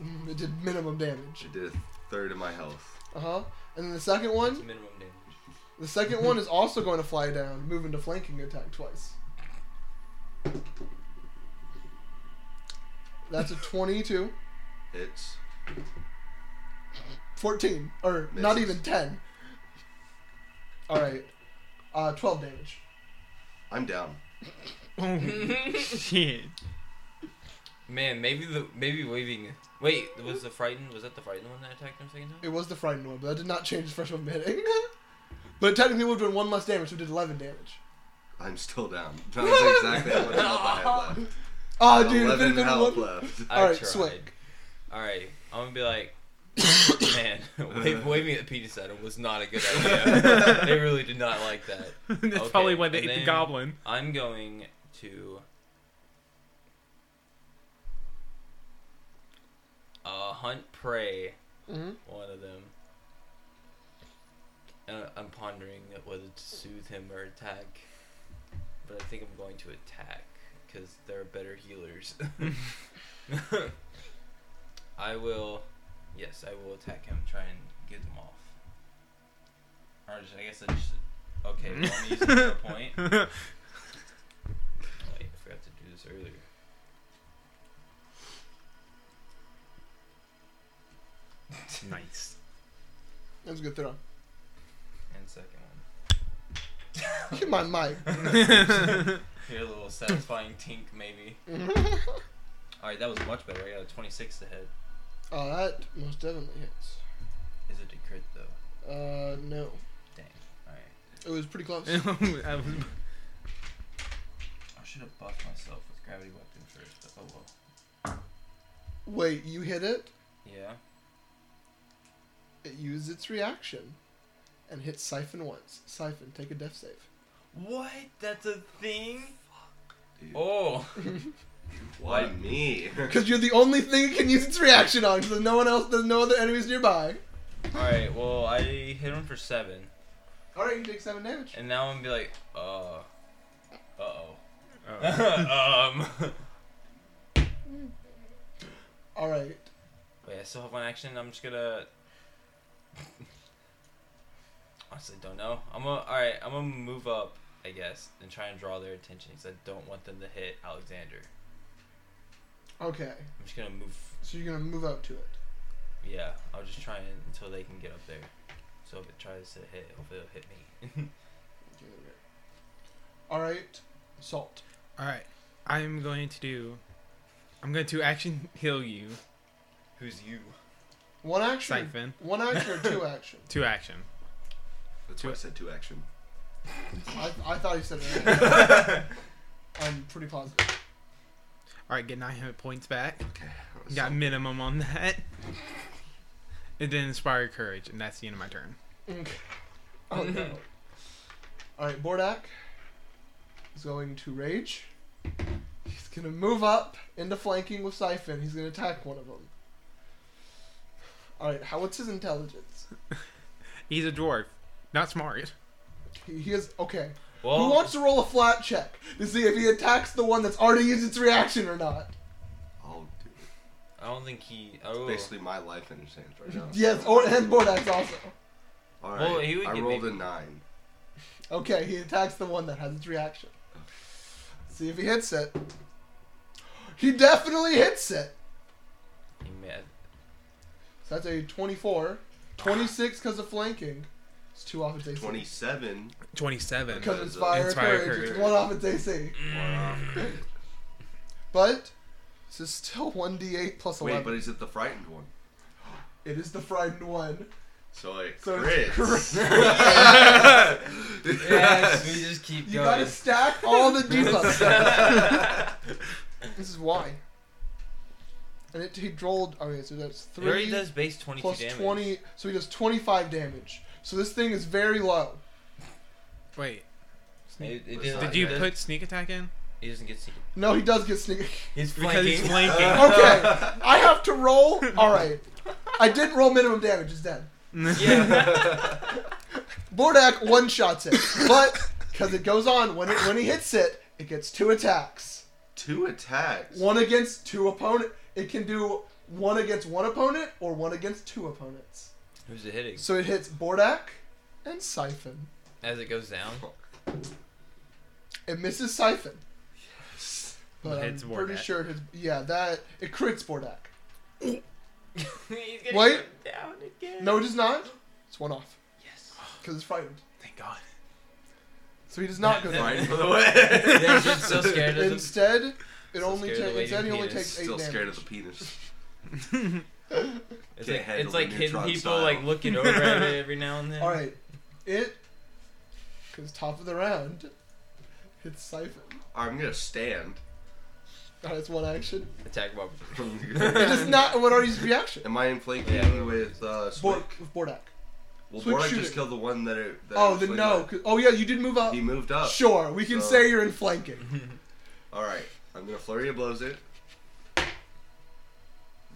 C: Mm, It did minimum damage.
A: She did a third of my health.
C: Uh huh. And then the second
B: That's
C: one,
B: minimum damage.
C: the second one is also going to fly down, move into flanking attack twice. That's a 22,
A: Hits.
C: 14, or not
A: Misses.
C: even 10. All right, uh, 12 damage.
A: I'm down.
D: oh, shit.
B: Man, maybe the maybe waving. Wait, was the frightened? Was that the frightened one that attacked him second time?
C: It was the frightened one, but that did not change his freshman hitting. but it technically would have done one less damage, so it did 11 damage.
A: I'm still down. That was exactly how much health I had left.
C: Oh, dude, if it had
A: 11
C: been
A: health
C: one-
A: left.
B: I
C: Alright,
B: tried.
C: Swick.
B: Alright, I'm gonna be like, man, wave, waving at the penis at him was not a good idea. they really did not like that.
D: That's
B: Okay,
D: probably why they
B: and
D: ate the
B: then-
D: goblin.
B: I'm going to. Uh, hunt prey,
C: Mhm.
B: one of them. And I- I'm pondering whether to soothe him or attack. But I think I'm going to attack, because they're better healers. I will. Yes, I will attack him, try and get him off. Or just, I guess I just. Okay, well, I'm using a point. Oh, wait, I forgot to do this earlier.
D: nice.
C: That was a good throw.
B: And second one.
C: Hit my mic.
B: Hear a little satisfying tink, maybe.
C: oh,
B: Alright, that was much better. I got a 26 ahead.
C: Oh, that most definitely hits.
B: Is it a crit, though?
C: Uh, no.
B: Dang. Alright.
C: It was pretty close.
D: I was-
B: I should have buffed myself with gravity weapon first, but oh well.
C: Wait, you hit it?
B: Yeah.
C: It used its reaction and hit Siphon once. Siphon, take a death save.
B: What? That's a thing?
A: Dude,
B: Oh.
A: Why me?
C: Because you're the only thing it can use its reaction on, because no one else, there's no other enemies nearby.
B: Alright, well, I hit him for seven.
C: Alright, you take 7 damage.
B: And now I'm gonna be like, uh. Uh
D: oh.
B: oh. um.
C: Alright.
B: Wait, I still have one action. I'm just gonna. Honestly, don't know. I'm gonna. Alright, I'm gonna move up, I guess, and try and draw their attention because I don't want them to hit Alexander.
C: Okay.
B: I'm just gonna move.
C: So you're going to move up to it.
B: Yeah, I'll just try and, until they can get up there. So if it tries to hit, hopefully it'll hit me.
C: Alright. Salt.
D: All right. I'm going to do. I'm going to action heal you,
B: Who's you?
C: One action.
D: Siphon.
C: One action or two action?
D: Two action.
A: That's why I said two action.
C: I, I thought you said that. I'm pretty positive.
D: All right, get 900 points back.
A: Okay. that was
D: Got
A: some-
D: minimum on that. It did inspire courage, and that's the end of my turn.
C: Okay. Oh no. Alright, Bordak is going to rage. He's going to move up into flanking with Siphon. He's going to attack one of them. Alright, how what's his intelligence?
D: He's a dwarf, not smart.
C: He, he is. Okay.
B: Well,
C: Who wants to roll a flat check to see if he attacks the one that's already used its reaction or not?
A: I'll do it.
B: I don't think he. Oh,
A: Basically, my life in his hands right now.
C: Yes, or, and Bordak's also.
A: All right.
B: Well, he would
A: I
B: give
A: rolled
B: me-
A: a nine.
C: Okay, he attacks the one that has its reaction. See if he hits it. He definitely hits it.
B: he mad.
C: So that's a 24. 26 because of flanking. It's two off its AC.
A: Twenty-seven.
D: 27.
C: Because it's fire,
D: Inspire
C: courage.
D: courage.
C: It's one off its AC. Mm.
A: Wow.
C: But this is still 1d8 plus 11.
A: Wait, but is it the frightened one?
C: it is the frightened one.
A: So like
C: So
A: crits.
C: it's
B: Yes, we just keep
C: You
B: going.
C: gotta stack all the debuffs. this is why. And it, he rolled. Okay, so that's
B: He already
C: three
B: does base 22
C: plus
B: damage.
C: twenty. So he does twenty-five damage. So this thing is very low.
D: Wait,
B: It,
A: Did
B: it
D: did
B: doesn't-
D: you
B: it
D: put sneak attack in?
B: doesn't- He doesn't get seen.
C: No, he does get sneak.
B: He's
D: Because
B: flanking.
D: he's flanking.
C: Okay, I have to roll. All right, I did roll minimum damage. It's dead.
B: yeah.
C: Bordak one shots it, but because it goes on when it when he hits it, it gets two attacks.
A: Two attacks.
C: One against two opponent. It can do one against one opponent or one against two opponents.
B: Who's it hitting?
C: So it hits Bordak and Siphon.
B: As it goes down.
C: It misses Siphon. But I'm
D: It hits
C: pretty
D: Bordak.
C: sure it hits, yeah, that it crits Bordak.
B: he's gonna
C: Wait.
B: go down again.
C: No, it does not. It's one off
B: Yes.
C: because it's frightened.
D: Thank God.
C: So he does not go down.
A: Frightened for the way.
B: Yeah, he's so scared of them.
C: Instead, it
B: So
C: only
B: scared of
C: takes.
B: the lady
C: Instead, he only
B: penis.
C: takes eight
A: Still
C: damage.
A: scared of the penis.
B: It's
A: Can't
B: like,
A: handle
B: it's like
A: the
B: hitting
A: neutron
B: people,
A: style.
B: like looking over at it every now and then.
C: All right, it because top of the round hits Siphon.
A: I'm gonna stand.
C: That is one action.
B: Attack Bob.
C: It does not. What are his reaction?
A: Am I in flanking
B: Yeah.
A: with uh, Swick?
C: Bor- with Bordak.
A: well,
C: Swick
A: Borak
C: shoot
A: just
C: it.
A: killed the one that. It, that
C: Oh,
A: it
C: then
A: flanked
C: no.
A: at.
C: 'cause- Oh yeah, you did move up.
A: He moved up.
C: Sure, we can
A: so-
C: say you're in flanking.
A: All right, I'm gonna flurry of blows it.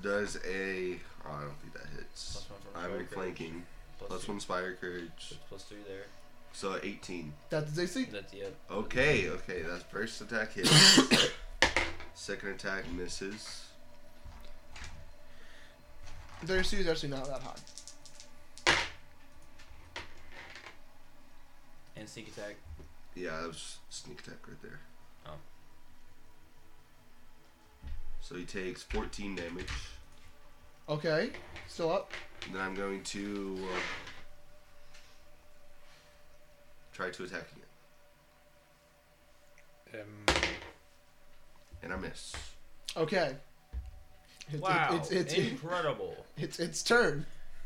A: Does a? Oh, I don't think that hits.
B: Plus one from
A: I'm in
B: fire courage.
A: flanking.
B: Plus
A: Plus
B: two.
A: one spire courage.
B: Plus three there.
A: So 18.
C: That's AC.
B: That's yeah.
A: Okay, okay, that's first attack hits. Second attack misses.
C: Their AC is actually not that high.
B: and sneak attack.
A: Yeah, that was sneak attack right there.
B: Oh.
A: So he takes 14 damage.
C: Okay, still up.
A: And then I'm going to uh, try to attack again.
E: Um,
A: And I miss.
C: Okay. It- it-
B: Wow,
C: it's, it's, it's,
B: incredible.
C: it's its turn.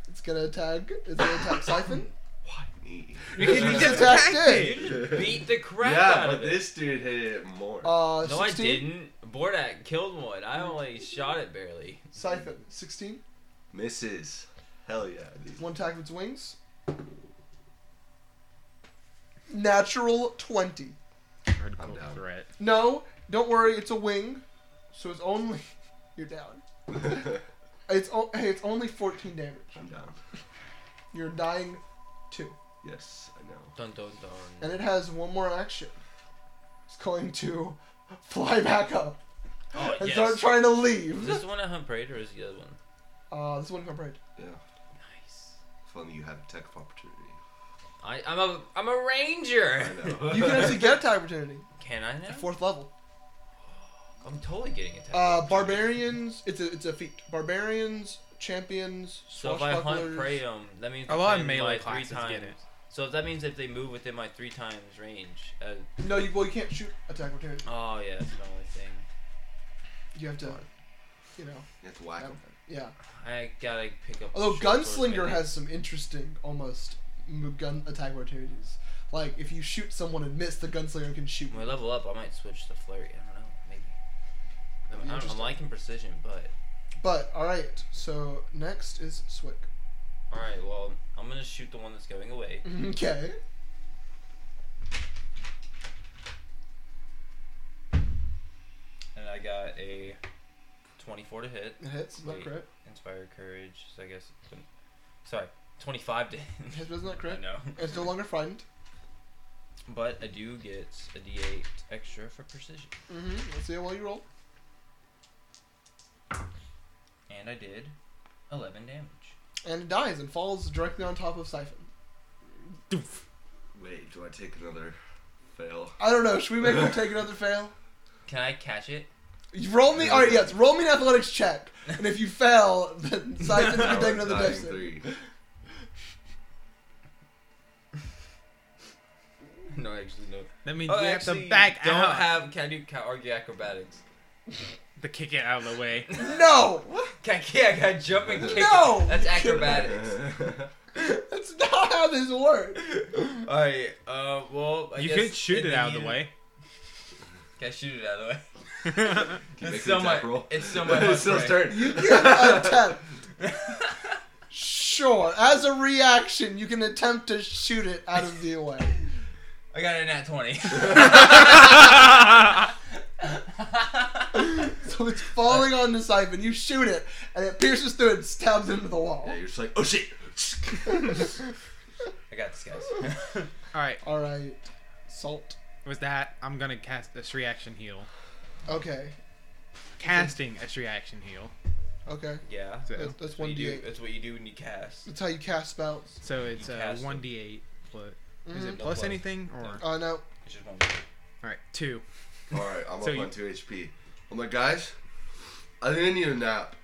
C: It's gonna attack. It's gonna attack Siphon.
A: Why me?
C: It's
D: You
C: gonna
D: just
C: attack
D: attacked
C: Dig.
B: you just beat the crap
A: yeah,
B: out
A: but
B: of it.
A: this dude hit it more.
C: Uh,
B: no,
C: 16?
B: I didn't. Bordak killed one. I only shot it barely.
C: Siphon, 16.
A: Misses. Hell yeah, dude.
C: One attack with its wings. Natural 20.
A: I'm down.
D: Hardcore threat.
C: No, don't worry, it's a wing. So it's only. You're down. It's o- hey, it's only 14 damage.
A: I'm down.
C: You're dying two.
A: Yes, I know.
B: Dun dun dun.
C: And it has one more action. It's going to fly back up
B: Oh
C: and start
B: yes.
C: trying to
B: Is
C: leave.
B: this the one at Hunt Parade or is it the other one?
C: Uh, this one come right.
A: Yeah.
B: Nice.
A: Funny you have attack of opportunity.
B: I, I'm a I'm a ranger.
A: I know.
C: You can actually get attack opportunity
B: Can I now?
C: at fourth level.
B: I'm totally getting attacked.
C: Uh, barbarians, it's a it's a feat. Barbarians, champions,
B: So if I hunt
C: swashbucklers.
B: prey, um, that means
D: A lot of
B: within
D: melee
B: my three
D: classes
B: times.
D: get it.
B: So if that means if they move within my three times range, uh,
C: No, you well you can't shoot attack opportunity.
B: oh yeah, that's the only thing.
C: You have to, you know,
A: You have to whack him.
C: yeah.
B: I gotta pick up.
C: Although
B: short swords,
C: Gunslinger
B: maybe.
C: has some interesting, almost m- gun attack opportunities. Like if you shoot someone and miss, the Gunslinger can shoot.
B: When we level up, I might switch to flurry. I don't know, maybe. I'm- I'm, I'm
C: Interesting.
B: liking precision, but
C: But all right, so next is Swick.
B: all right. Well, I'm gonna shoot the one that's going away.
C: Okay.
B: And I got a 24 to hit.
C: It hits, isn't that
B: Wait.
C: correct?
B: Inspire courage. So I guess. Sorry, 25 to
C: It
B: hit.
C: hits, isn't that
B: I
C: correct?
B: know.
C: It's no longer frightened.
B: But I do get a d8 extra for precision.
C: Mm-hmm. Let's see how well you roll.
B: And I did 11 damage.
C: And it dies and falls directly on top of Siphon.
A: Wait, do I take another fail?
C: I don't know. Should we make him take another fail?
B: Can I catch it?
C: You roll me. All right, yes. Roll me an athletics check, and if you fail, then Siphon's
A: Now
C: gonna
A: we're
C: take another
A: dying
C: dex. save.
A: three.
B: No, actually, no.
D: That means
B: Oh,
D: we have
B: actually,
D: to back
B: don't
D: out.
B: have. Can I do ca- argue acrobatics?
D: the kick it out of the way.
C: No,
B: Can I, can I, can I jump and kick?
C: No!
B: it? That's acrobatics.
C: that's not how this works.
B: Alright, uh, well, I
D: you
B: guess
D: could shoot
B: in
D: it out of the
B: heat
D: way.
B: Can I shoot it out of the way?
A: Can you
B: It's
A: make an
B: so
A: attack
B: much-
A: roll?
B: it's so much
A: it's still his
B: upgrade.
A: turn.
C: You can attempt. Sure, as a reaction, you can attempt to shoot it out of the way.
B: I got a nat 20.
C: So it's falling on the siphon. You shoot it, and it pierces through and stabs into the wall.
A: Yeah, you're just like, oh shit.
B: I got this, guys.
D: All right,
C: All right, salt.
D: with that, I'm gonna cast this reaction heal.
C: Okay,
D: Casting a reaction heal.
C: okay.
B: yeah.
D: So,
C: That's, that's
B: That's what
C: one
B: you
C: d
B: do-
C: eight.
B: That's what you do when you cast.
C: That's how you cast spells.
D: so it's
B: You
D: uh,
B: cast it.
D: 1d8. Plus, Is
A: Mm-hmm.
C: Mhm.
D: it
B: No
D: plus
B: plus.
D: anything or?
B: No.
D: All
C: Oh no.
B: It's just one.
D: right, two.
A: Alright, I'm
D: So
A: up
D: you-
A: on 2 HP. I'm like, guys, I think I need a nap.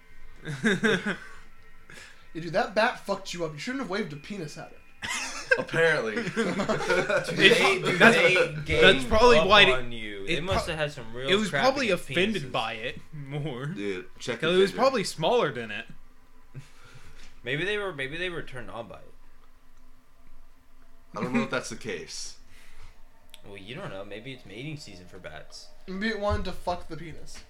C: Yeah, dude, that bat fucked you up. You shouldn't have waved a penis at it.
A: Apparently.
B: Do they, do
D: That's-
B: they
D: that's
B: gauge
D: probably
B: up
D: why it-
B: on you. They
D: it
B: must
D: pro-
B: have had some real.
D: it was
B: crappy
D: probably offended
B: penises.
D: by it more.
A: Dude, check
D: Because
A: the
D: it was
A: vision.
D: probably smaller than it.
B: Maybe they were. Maybe they were turned on by it.
A: I don't know if that's the case.
B: Well, you don't know. Maybe it's mating season for bats.
C: Maybe it wanted to fuck the penis.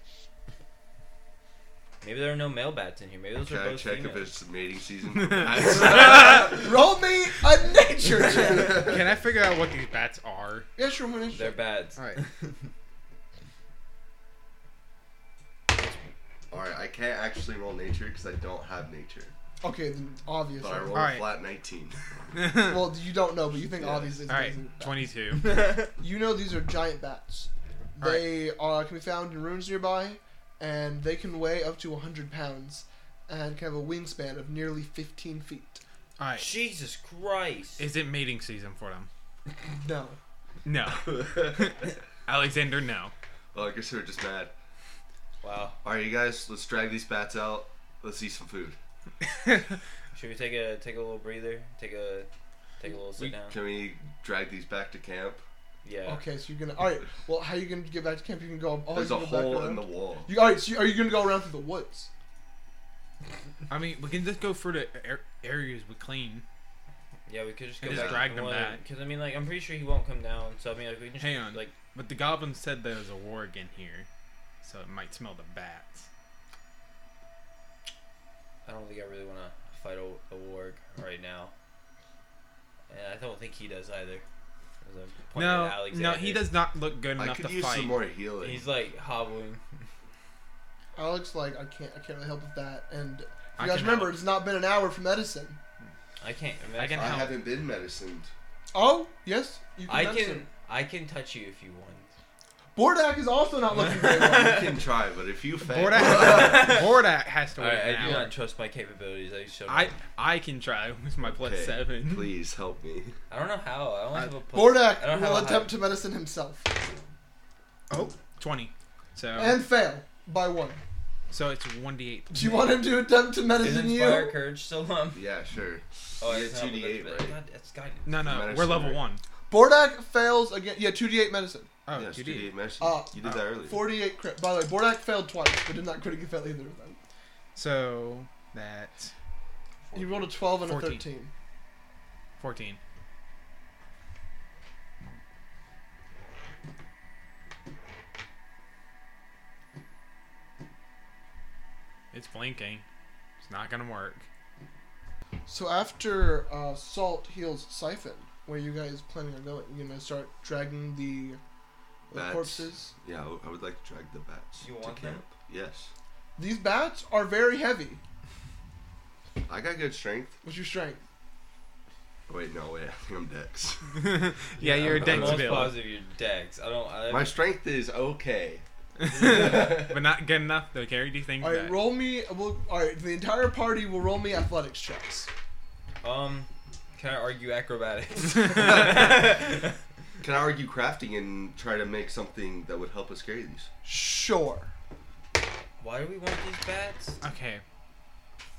B: Maybe there are no male bats in here. Maybe those
A: Can
B: are
A: I
B: both
A: check if
B: female.
A: it's mating season? for bats?
C: Roll me a nature check.
D: Can I figure out what these bats are?
C: yeah, sure, one nature
B: They're
C: check.
B: bats.
D: All right,
A: Alright, I can't actually roll nature because I don't have nature.
C: Okay, then obviously.
A: But I rolled
D: Alright.
A: a flat 19.
C: Well, you don't know, but you think
A: Yeah.
C: obviously. it's
D: all right,
C: amazing.
D: twenty-two.
C: You know these are giant bats.
D: All right.
C: They are can be found in ruins nearby, and they can weigh up to 100 pounds, and can have a wingspan of nearly 15 feet.
D: All right,
B: Jesus Christ.
D: is it mating season for them?
C: No.
D: No. Alexander, no.
A: well, I guess they were just mad.
B: Wow.
A: All right, you guys, let's drag these bats out. Let's eat some food.
B: Should we take a take a little breather? Take a take a little sit
D: We-
B: down.
A: Can we drag these back to camp?
B: Yeah.
C: Okay, so you're gonna. All right. Well, how are you gonna get back to camp? You can go. Oh,
A: There's a
C: you can go back
A: hole in
C: around?
A: the wall.
C: You, all right. So you- are you gonna go around through the woods?
D: I mean, we can just go for the ar- areas we clean.
B: Yeah, we could just go
D: And
A: just
B: back.
D: drag them back.
B: Because I mean, like, I'm pretty sure he won't come down. So I mean, like, we can just
D: Hang on.
B: like
D: But the goblin said there was a warg in here, so it might smell the bats.
B: I don't think I really want to fight a, a warg right now. And I don't think he does either. As I'm pointing at
D: No,
B: Alexander.
D: no, he does not look good
A: I
D: enough
A: could
D: to
A: use
D: fight.
A: some more healing.
B: He's like hobbling.
C: Alex, like, I can't. I can't really help with that. And if
D: I
C: you guys
D: can
C: remember,
D: help.
C: it's not been an hour for medicine.
B: I can't. I, mean,
D: I
B: I
D: can
B: can.
A: I
D: help.
A: haven't been medicined.
C: Oh, yes. You
B: I
C: medicine.
B: can. I can touch you if you want.
C: Bordak is also not looking very well.
A: You can try, but if you fail,
D: Bordak, Bordak has to wait
B: Alright,
D: an
B: I do
D: hour.
B: not trust my capabilities. I showed.
D: I I can try with my plus
A: Okay,
D: seven.
A: please help me.
B: I don't know how. I only have a plus. I
C: Bordak
B: don't
C: will
B: have a
C: attempt to medicine himself
D: Oh, 20. So
C: and fail by one.
D: so it's 1d8.
C: Do you want him to attempt to
B: high. Is
C: medicine
B: inspire
C: you?
B: courage still on?
A: Yeah, sure.
B: Oh,
A: You
B: it's
A: get
B: not with
A: 2d8,
B: that-
A: right?
B: God, that's guidance.
D: No, no,
A: Medicine,
D: we're level
A: right?
D: 1.
C: Bordak fails again. Yeah, two d eight medicine.
D: Oh,
A: yes,
D: you
A: you
D: did.
A: did medicine.
C: Uh,
A: you did that earlier.
C: 48 crit. By the way, Bordak failed twice, but did not critically fail either of them.
D: So that's
C: He rolled a 12 and a
D: 14.
C: 13.
D: 14. It's blinking. It's not gonna work.
C: So after uh, Salt heals Siphon, where you guys planning on going? You gonna start dragging the, the
A: Bats.
C: corpses?
A: Yeah, I w- I would like to drag the bats
B: You
A: to
B: want them?
A: camp. Yes.
C: These bats are very heavy.
A: I got good strength. Oh,
C: What's your strength?
A: Wait, no, wait. I think I'm dex.
D: yeah, you're a
B: I'm
D: dex
B: most
D: build,
B: positive you're dex. I don't. I,
A: My strength is okay.
D: but not good enough to carry these things
C: All right,
D: back.
C: roll me. We'll, all right, the entire party will roll me athletics checks.
B: um, can I argue acrobatics?
A: Can I argue crafting and try to make something that would help us carry these?
C: Sure.
B: Why do we want these bats?
D: Okay.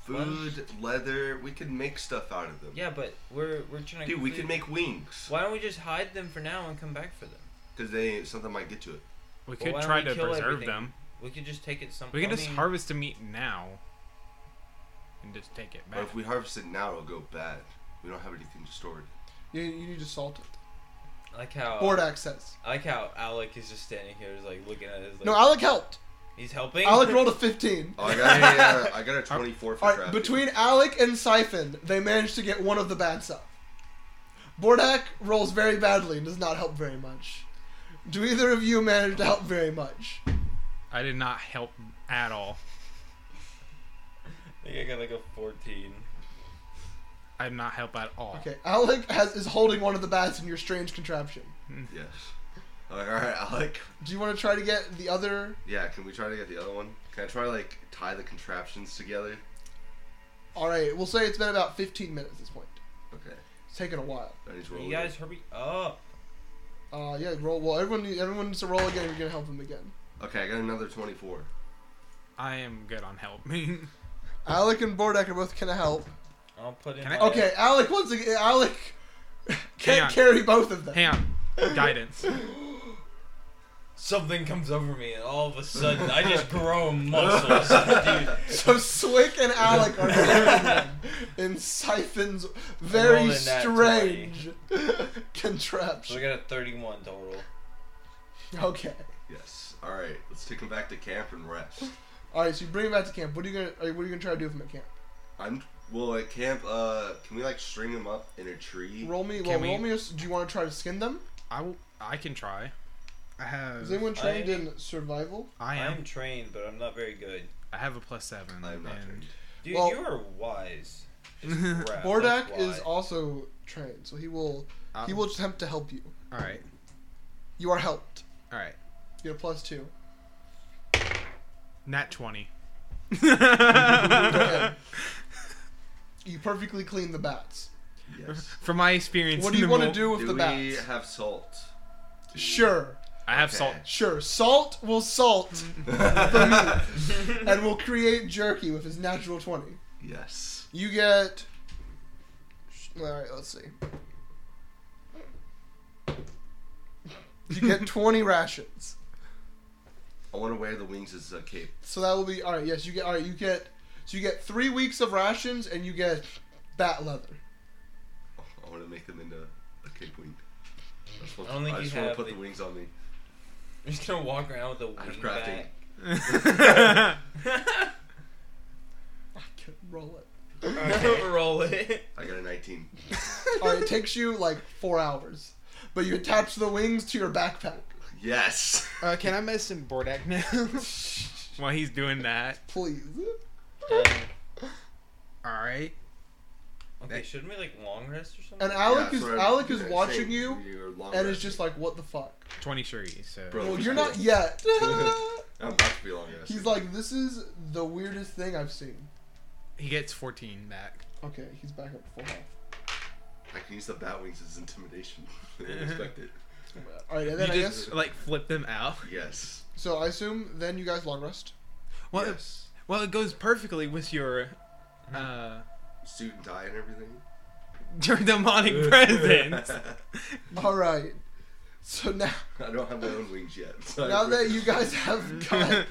A: Food, leather, we can make stuff out of them.
B: Yeah, but we're we're trying to.
A: Dude, we
B: complete-
A: can make wings.
B: Why don't we just hide them for now and come back for them?
A: Because they something might get to it.
D: We
B: Well,
D: could
B: why don't
D: try
B: we
D: to
B: kill
D: preserve
B: everything?
D: them.
B: We could just take it some.
D: We can
B: I
D: just
B: mean,
D: harvest the meat now and just take it
A: But
D: back.
A: if we harvest it now, it'll go bad. We don't have anything stored.
C: You, you need to salt it.
B: I Like
A: Uh,
B: how.
C: Bordak says.
B: I like how Alec is just standing here, just like looking at his. Like,
C: No, Alec helped.
B: He's helping.
C: Alec rolled a 15.
A: Oh, I got a, uh, I got a 24 for
C: All
A: crafting.
C: right, between Alec and Siphon, they managed to get one of the bats up. Bordak rolls very badly and does not help very much. Do either of you manage to help very much?
D: I did not help at all.
B: I think I got like a fourteen.
D: I did not help at all.
C: Okay, Alec has is holding one of the bats in your strange contraption.
A: Yes. All right, all right, Alec.
C: Do you want to try to get the other?
A: Yeah, can we try to get the other one? Can I try to, like tie the contraptions together?
C: All right, we'll say it's been about 15 minutes at this point.
A: Okay.
C: It's taken a while.
A: I need to roll
B: You
A: again.
B: guys hurry up.
C: Uh, yeah, roll. Well, everyone, need- everyone needs to roll again. if You're gonna help him again.
A: Okay, I got another 24.
D: I am good on helping.
C: Alec and Bordak are both gonna help.
B: I'll put in.
D: Can I-
B: my-
C: Okay, Alec once again. eh, Alec
D: Hang
C: can't
D: on.
C: carry both of them.
D: Hang on. Guidance.
B: Something comes over me, and all of a sudden, I just grow muscles, dude.
C: So Swick and Alec are carrying him in Siphon's very
B: Roll in that
C: strange
B: So I
C: contraption.
B: got a thirty-one total.
C: Okay.
A: Yes. All right, let's take them back to camp and rest.
C: All right. So you bring him back to camp. What are you gonna? Are you, what are you gonna try to do with him at camp?
A: I'm. Well, at camp, uh, can we like string them up in a tree?
C: Roll me. Well,
D: Can
C: roll
D: we-
C: me. a s do you want to try to skin them?
D: I will, I can try. I have.
C: Is anyone trained
B: I-
C: in survival?
D: I
B: I'm
D: am.
B: trained, but I'm not very good.
D: I have a plus seven.
A: I'm not
D: and-
A: trained.
B: Dude,
C: Well-
B: you are wise. Crap,
C: Bordak
B: that's
C: is
B: why. Uh-huh.
C: also trained, so he will.
D: Um,
C: He will attempt to help you.
D: All right.
C: You are helped.
D: All right.
C: You get a plus two.
D: Nat twenty.
C: You perfectly clean the bats.
A: Yes.
D: From my experience,
C: What
D: in
C: do you
D: the
C: want to
D: mo-
C: do with
A: Do
C: the
A: we
C: bats?
A: have salt?
C: Sure,
D: I have
A: Okay.
D: salt.
C: sure. Salt will salt the meat, and will create jerky with his natural twenty.
A: Yes.
C: You get. All right, let's see. You get twenty rations,
A: I want to wear the wings as a cape.
C: so that will be all right. Yes, you get all right. You get so you get three weeks of rations, and you get bat leather.
A: I want to make them into a cape wing. I just
B: I don't think
A: want, I
B: you
A: just want to
B: have
A: put
B: the-
A: the wings on me.
B: I'm just gonna walk around with a
A: I have
B: wing
A: crafting.
D: I
B: bat.
C: I can roll it.
B: Roll it.
A: I got a 19.
C: All right, it takes you like four hours, but you attach the wings to your backpack.
A: Yes.
E: Uh, can I mess some Bordak now?
D: While he's doing that,
C: Please.
D: all right.
B: Okay, shouldn't we like long rest or something?
C: And Alec
A: Yeah,
C: is
A: so I'm-
C: Alec is
A: yeah,
C: watching
A: same.
C: you,
A: You're long
C: and is
A: resting.
C: just like, what the fuck?
D: Twenty shuri. So
A: Bro.
C: Well, you're not yet.
A: I'm about to be long resting.
C: He's like, this is the weirdest thing I've seen.
D: he gets fourteen back.
C: Okay, he's back up full health. Oh,
A: I can use the bat wings as intimidation. I didn't expect it.
C: All right, and then
D: you
C: I
D: just
C: guess.
D: like flip them out.
A: Yes.
C: So I assume then you guys long rest.
D: Well, it,
A: Yes.
D: well, it goes perfectly with your uh,
A: Suit and tie and everything.
D: your demonic presence.
C: All right. So now,
A: I don't have my own wings yet. so I
C: now
A: really-
C: that you guys have got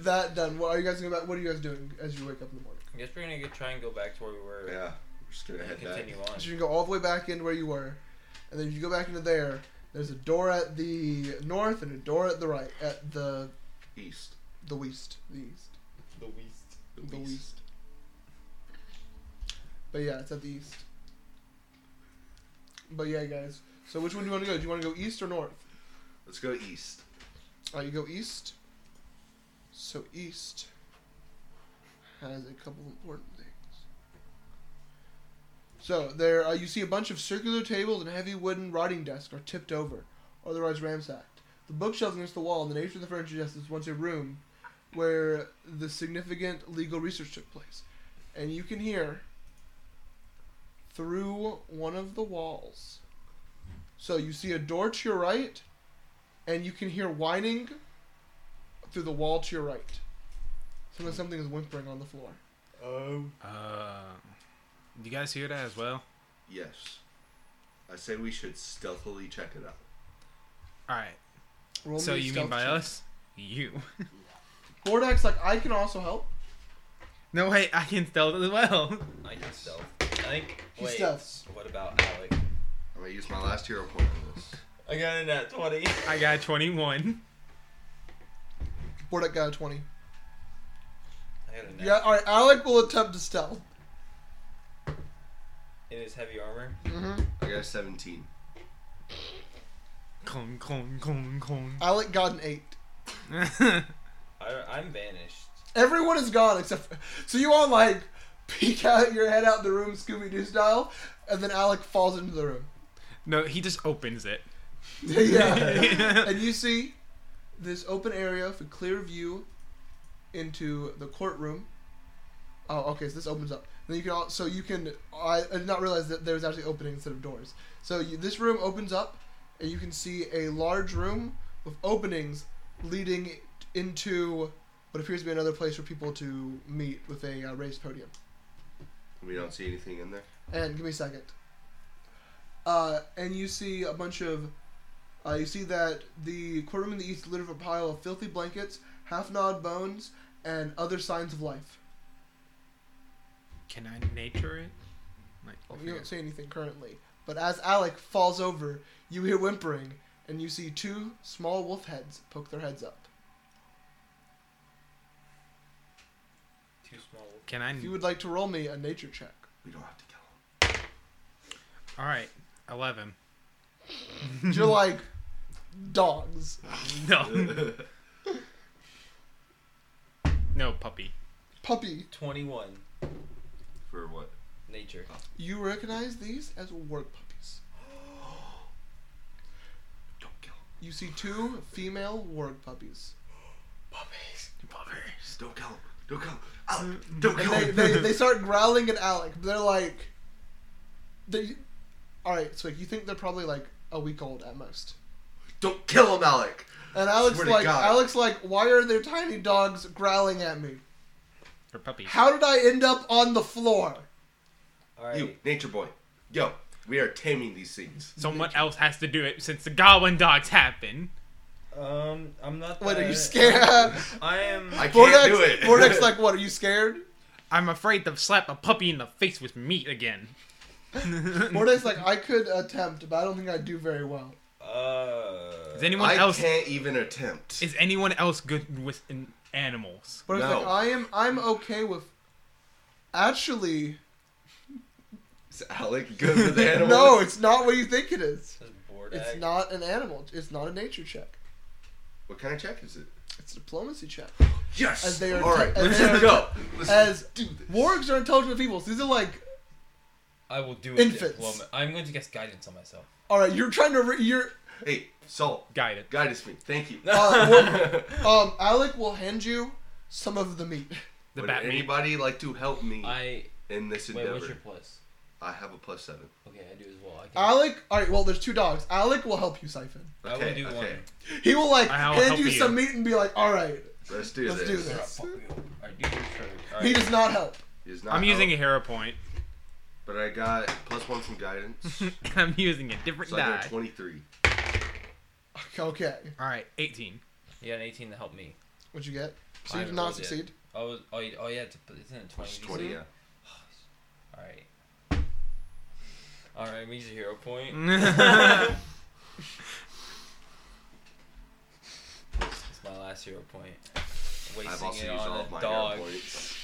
C: that done, what are you guys going about? What are you guys doing as you wake up in the morning?
B: I guess we're gonna go try and go back to where we were.
A: Yeah. We're just gonna
B: and
A: head back.
B: continue on.
C: So you can go all the way back in where you were, and then if you go back into there, there's a door at the north and a door at the right at the
A: East.
C: the west, the east,
B: The west.
C: the west. But yeah, it's at the east. But yeah, guys. So which one do you want to go? Do you want to go east or north?
A: Let's go east.
C: Uh, you go east. So east has a couple important things. So there, uh, you see a bunch of circular tables and heavy wooden writing desks are tipped over, otherwise ramsacked. The bookshelves against the wall and the nature of the furniture desk is once a room where the significant legal research took place, and you can hear through one of the walls. So you see a door to your right, and you can hear whining through the wall to your right. Someone, something is whimpering on the floor.
B: Oh.
D: Uh, you guys hear that as well?
A: Yes. I say we should stealthily check it out.
D: All right.
C: Roll
D: so
C: me a
D: you mean
C: stealth
D: by
C: check.
D: us? You.
C: Bordak's like, I can also help.
D: No, wait. I can stealth as well.
B: I can stealth. I think.
C: He
B: Wait.
C: stealths.
B: What about Alec?
A: I'm gonna use my last hero point on this.
B: I got a nat twenty.
D: I got twenty-one.
C: Bordak got a 20.
B: I got a nat
C: Yeah, alright, Alec will attempt to stealth.
B: in his heavy armor.
C: Mm-hmm.
A: I got a 17.
D: Con, con, con, con.
C: Alec got an 8.
B: I, I'm vanished.
C: Everyone is gone except. For, so you all like peek out your head out the room, Scooby Doo style, and then Alec falls into the room.
D: no, he just opens it.
C: yeah. and you see this open area with a clear view into the courtroom. Oh, okay. So this opens up. Then you can all, so you can. I, I did not realize that there was actually opening instead of doors. So you, this room opens up, and you can see a large room with openings leading into what appears to be another place for people to meet with a uh, raised podium.
A: We don't see anything in there.
C: And give me a second. Uh, and you see a bunch of. Uh, you see that the courtroom in the east littered with a pile of filthy blankets, half gnawed bones, and other signs of life.
D: Can I nature it? Like, I
C: You
D: forget.
C: don't see anything currently. But as Alec falls over, you hear whimpering, and you see two small wolf heads poke their heads up.
B: Too small.
D: Can I?
C: If you would like to roll me a nature check.
A: We don't have to kill him.
D: All right. Eleven.
C: You're like dogs.
D: No. no puppy.
C: Puppy,
B: Twenty-one.
A: For what?
B: Nature.
C: you recognize these as work puppies.
A: Don't kill him.
C: You see two female work puppies.
A: Puppies.
D: Puppers.
A: Don't kill him. Don't kill him. Alec, don't
C: And
A: kill
C: they,
A: him.
C: they, they start growling at Alec. They're like, They, all right, Swig. You think they're probably like a week old at most.
A: Don't kill him, Alec.
C: And Alex
A: Swear to
C: like
A: God.
C: Alex like, why are there tiny dogs growling at me?
D: Or puppies.
C: How did I end up on the floor?
B: All right.
A: You, nature boy. Yo, we are taming these things.
D: Someone else has to do it since the goblin dogs happen.
B: Um, I'm not.
C: What are you
B: that-
C: scared?
B: I am.
A: I Uh, can't
C: Bordex,
A: do it.
C: Bordex, like, what? Are you scared?
D: I'm afraid to slap a puppy in the face with meat again.
C: Bordex, like, I could attempt, but I don't think I'd do very well.
B: Uh.
D: Is anyone
A: I
D: else
A: can't even attempt.
D: is anyone else good with in animals?
C: Bordex,
A: No.
C: like, I am, I'm okay with. Actually,
A: Is Alec good with animals?
C: no, it's not what you think it is.
B: Says Bordak.
C: It's not an animal. It's not a nature check.
A: What kind of check is it?
C: It's a diplomacy check.
A: Yes.
C: As they are
A: All right,
C: te- as
A: let's
C: they are-
A: go. Let's
C: As
A: do this.
C: wargs are intelligent people. These are like,
B: I will do it.
C: Infants.
B: diploma- I'm going to guess guidance on myself.
C: all right, you're trying to, re- you're,
A: Hey, Saul,
D: Guide it.
A: guide us, me. Thank you.
C: uh, Wor- um, Alec will hand you some of the meat.
D: The
A: Would
D: bat meat.
A: anybody like to help me
B: I
A: in this
B: wait.
A: endeavor?
B: What's your plus?
A: I have a plus seven.
B: Okay, I do as well. I, can,
C: Alec, all right, well, there's two dogs. Alec will help you siphon.
B: I will do one.
C: He will like
D: I'll
C: hand
D: help
C: you,
D: you.
C: some meat and be like, "All right."
A: Let's do
C: Let's
A: this.
C: do
B: Alright,
C: this.
B: fuck you. Alright, do your turn.
C: He
B: Alright.
C: does not help.
A: It's not
D: I'm using a
A: help,
D: hero point.
A: But I got plus one from guidance.
D: I'm using a different
A: so I got
D: die.
A: 23.
C: Okay,
D: All right, 18.
B: You got an 18 to help me.
C: what'd you get? So
B: I
C: you
B: haven't
C: did not
B: rolled yet.
C: succeed.
B: Oh, was- oh, you- oh yeah, it's, isn't it 20?
A: Plus 20, yeah.
B: Alright. Alright, we use a hero point.
C: Mm.
D: All
B: It's my last hero point.
A: I've
B: Wasting
A: also
B: it
A: used
B: on
A: all
B: a
A: of my
B: dog.
A: hero points.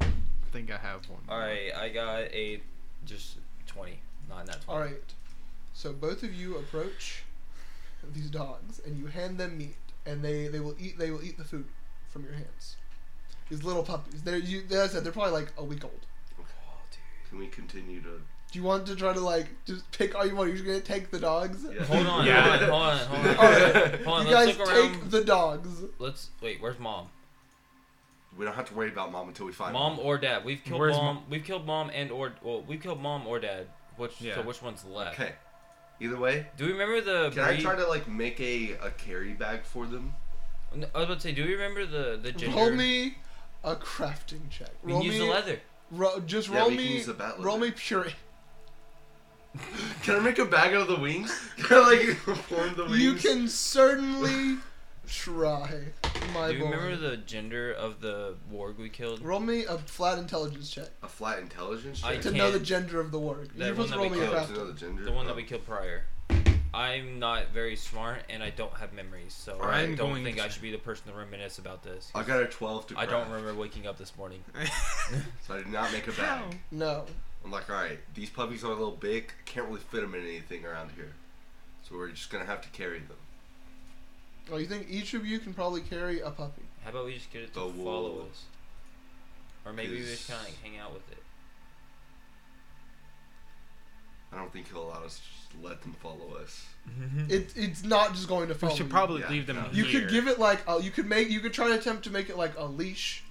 D: I think I have one.
B: Alright, I got a just 20. Not that 20.
C: All right. So both of you approach these dogs and you hand them meat, and they they will eat they will eat the food from your hands. These little puppies. They're you. As I said, they're probably like a week old.
B: Oh, dude.
A: Can we continue to.
C: Do you want to try to like just pick all you want? You're just gonna take the dogs.
A: Yeah.
B: Hold on,
D: Yeah.
B: hold on, hold on, hold on.
A: Alright.
B: Hold on,
C: you
B: let's
C: guys
B: look around.
C: take the dogs.
B: Let's wait. Where's mom?
A: We don't have to worry about mom until we find
B: Mom or dad? We've killed
D: Where's
B: mom. We've killed mom and or well, we've killed mom or dad. Which
D: Yeah.
B: so which one's left?
A: Okay. Either way,
B: Do we remember the?
A: can I
B: breed-
A: try to like make a, a carry bag for them?
B: No, I was about to say, do we remember the the gender?
C: Roll me a crafting check.
B: We
C: Roll
B: can use
C: me
B: the leather.
C: Ro- just
A: Yeah,
C: roll
A: we can
C: me.
A: use the bat
C: roll me
A: lizard.
C: pure.
A: Can I make a bag out of the wings? Can I like form the wings?
C: You can certainly try, my
B: Do you
C: boy.
B: remember the gender of the warg we killed?
C: roll me a flat intelligence check
A: A flat intelligence
B: I
A: check?
C: to
B: Can't.
C: know the gender of the warg.
B: That
C: You're supposed to
B: one
C: roll me
B: that we
C: a
A: Oh, it's
C: crafting.
A: another gender.
B: The one that
A: Oh.
B: we killed prior. I'm not very smart and I don't have memories, so I
D: I'm
B: don't
D: going
B: think
D: to-
B: I should be the person to reminisce about this.
A: I got a 12 to
B: I
A: craft,
B: don't remember waking up this morning.
A: So I did not make a
D: How?
A: bag.
C: No.
A: I'm like, alright, these puppies are a little big. I can't really fit them in anything around here. So we're just gonna have to carry them.
C: Well, Oh, you think each of you can probably carry a puppy?
B: How about we just get it to
A: The
B: follow
A: wool
B: us? Or maybe we
A: is-
B: just kind of like hang out with it.
A: I don't think he'll allow us to just let them follow us.
C: It, it's not just going to follow.
D: Mm-hmm. We should
C: you.
D: probably
A: Yeah,
D: leave them
A: no.
C: You
D: here.
C: could give it like a, you could make you could try to attempt to make it like a leash.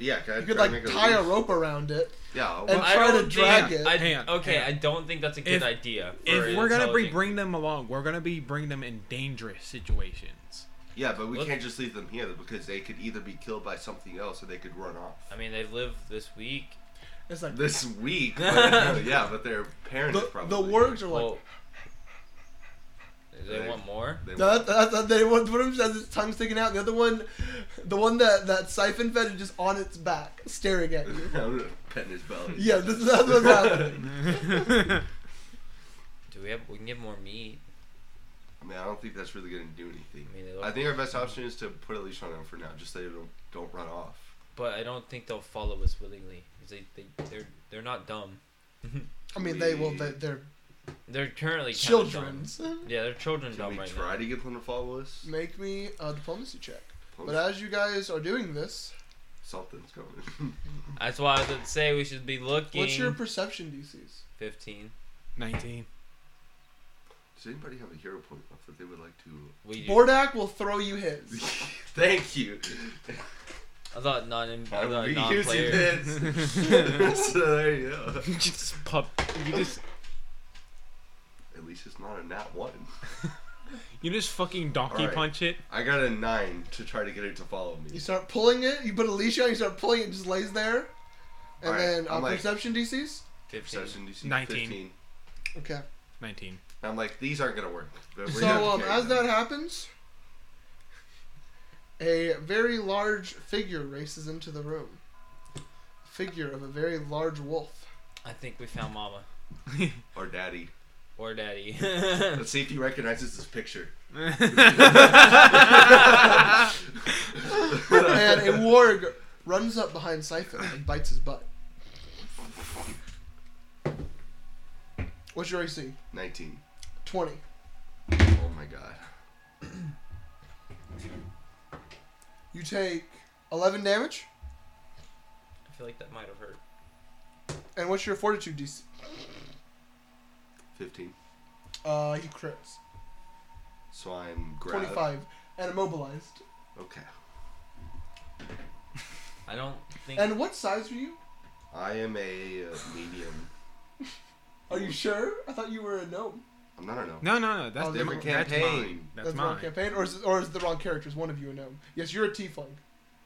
A: Yeah, can I
C: You could
A: try to
C: like
A: make
C: tie a
A: leash?
C: rope around it
A: Yeah, I'll-
C: and
B: I
C: try to
B: don't
C: drag
D: think
C: it.
B: I,
D: Hang on,
B: okay,
D: hang on.
B: I don't think that's a good
D: If-
B: idea. for
D: If we're gonna be
B: intelligent-
D: bring them along, we're gonna be bring them in dangerous situations.
A: yeah, but we
B: Look-
A: can't just leave them here because they could either be killed by something else or they could run off.
B: I mean, they've lived this week.
C: It's like the,
A: This week, but, uh, yeah, but their parents
C: the,
A: probably.
C: wargs are like
B: Well, they want more.
A: They
C: That, that, that, they, one, one of them has its tongue sticking out. The other one, the one that that siphon fed is just on its back, staring at you.
A: I'm petting his belly.
C: Yeah, this is that's what's happening.
B: Do we have? We can get more meat.
A: I mean, I don't think that's really going to do anything.
B: I mean, they look-
A: I think our best option is to put a leash on them for now, just so they don't, don't run off.
B: But I don't think they'll follow us willingly. 'cause They they they're they're not dumb.
C: I mean, they will. They, they're
B: They're currently kinda
C: childrens.
B: dumb. Yeah, they're children
A: Can
B: dumb
A: we
B: right
A: try
B: now.
A: to get them to follow us?
C: Make me a diplomacy check. But
A: Well,
C: as you guys are doing this,
A: Something's going.
B: That's why I was gonna say we should be looking.
C: what's your perception DCs?
B: fifteen?
D: Nineteen.
A: Does anybody have a hero point left that they would like to?
B: We do.
C: Bordak will throw you his.
A: Thank you.
B: I thought non. I
A: I'm
B: thought non
A: reusing
B: player.
A: this. so there you go.
D: just pop.
E: You just
A: At least it's not a nat one.
D: You just fucking donkey
A: Alright.
D: punch it.
A: I got a nine to try to get it to follow
C: You
A: me.
C: start pulling it. You put a leash on. You start pulling it. it Just lays there. And
A: Alright,
C: then
A: I'm
C: on
A: like-
C: perception DCs.
B: Fifteen.
A: Perception DC
D: 19.
A: 15.
C: Okay.
D: Nineteen.
A: I'm like, these aren't gonna work. But we're gonna
C: So um,
A: carry
C: as
A: them.
C: that happens, a very large figure races into the room. Figure of a very large wolf.
B: I think we found Mama
A: or daddy.
B: or Daddy.
A: Let's see if he recognizes this picture.
C: and a warg runs up behind Siphon and bites his butt. What's your AC?
A: 19.
C: 20.
A: Oh my god.
C: You take 11 damage.
B: I feel like that might have hurt.
C: And what's your fortitude DC?
A: 15.
C: Uh, he crits.
A: So I'm grabbed.
C: 25. And immobilized.
A: Okay.
B: I don't think.
C: And what size are you?
A: I am a uh, medium.
C: Are you sure? I thought you were a gnome.
A: I'm not a gnome.
D: No, no, no. That's
C: Oh,
D: the
A: different
D: that's mine.
A: campaign.
D: That's,
C: the wrong
D: mine.
C: campaign? Or is, it, or is it the wrong character? Is one of you a gnome? Yes, you're a tiefling.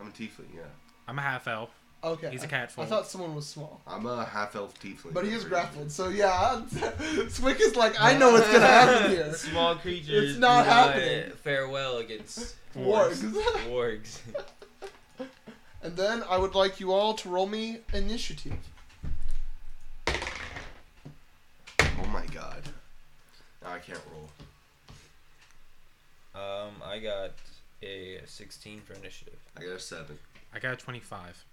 A: I'm a tiefling, yeah.
D: I'm a half elf.
C: Okay.
D: He's a
C: I-
D: catfool.
C: I thought someone was small.
A: I'm a half elf tiefling.
C: But he is
A: I'm pretty
C: grappled, so yeah. Swick is like, I know what's gonna happen here.
B: Small creatures.
C: It's not
B: do
C: happening.
B: Farewell against
C: Wargs.
B: wargs.
C: And then I would like you all to roll me initiative.
A: sure. Oh my god. Now I can't roll.
B: Um, I got a 16 for initiative.
A: I got a 7.
D: I got a twenty-five.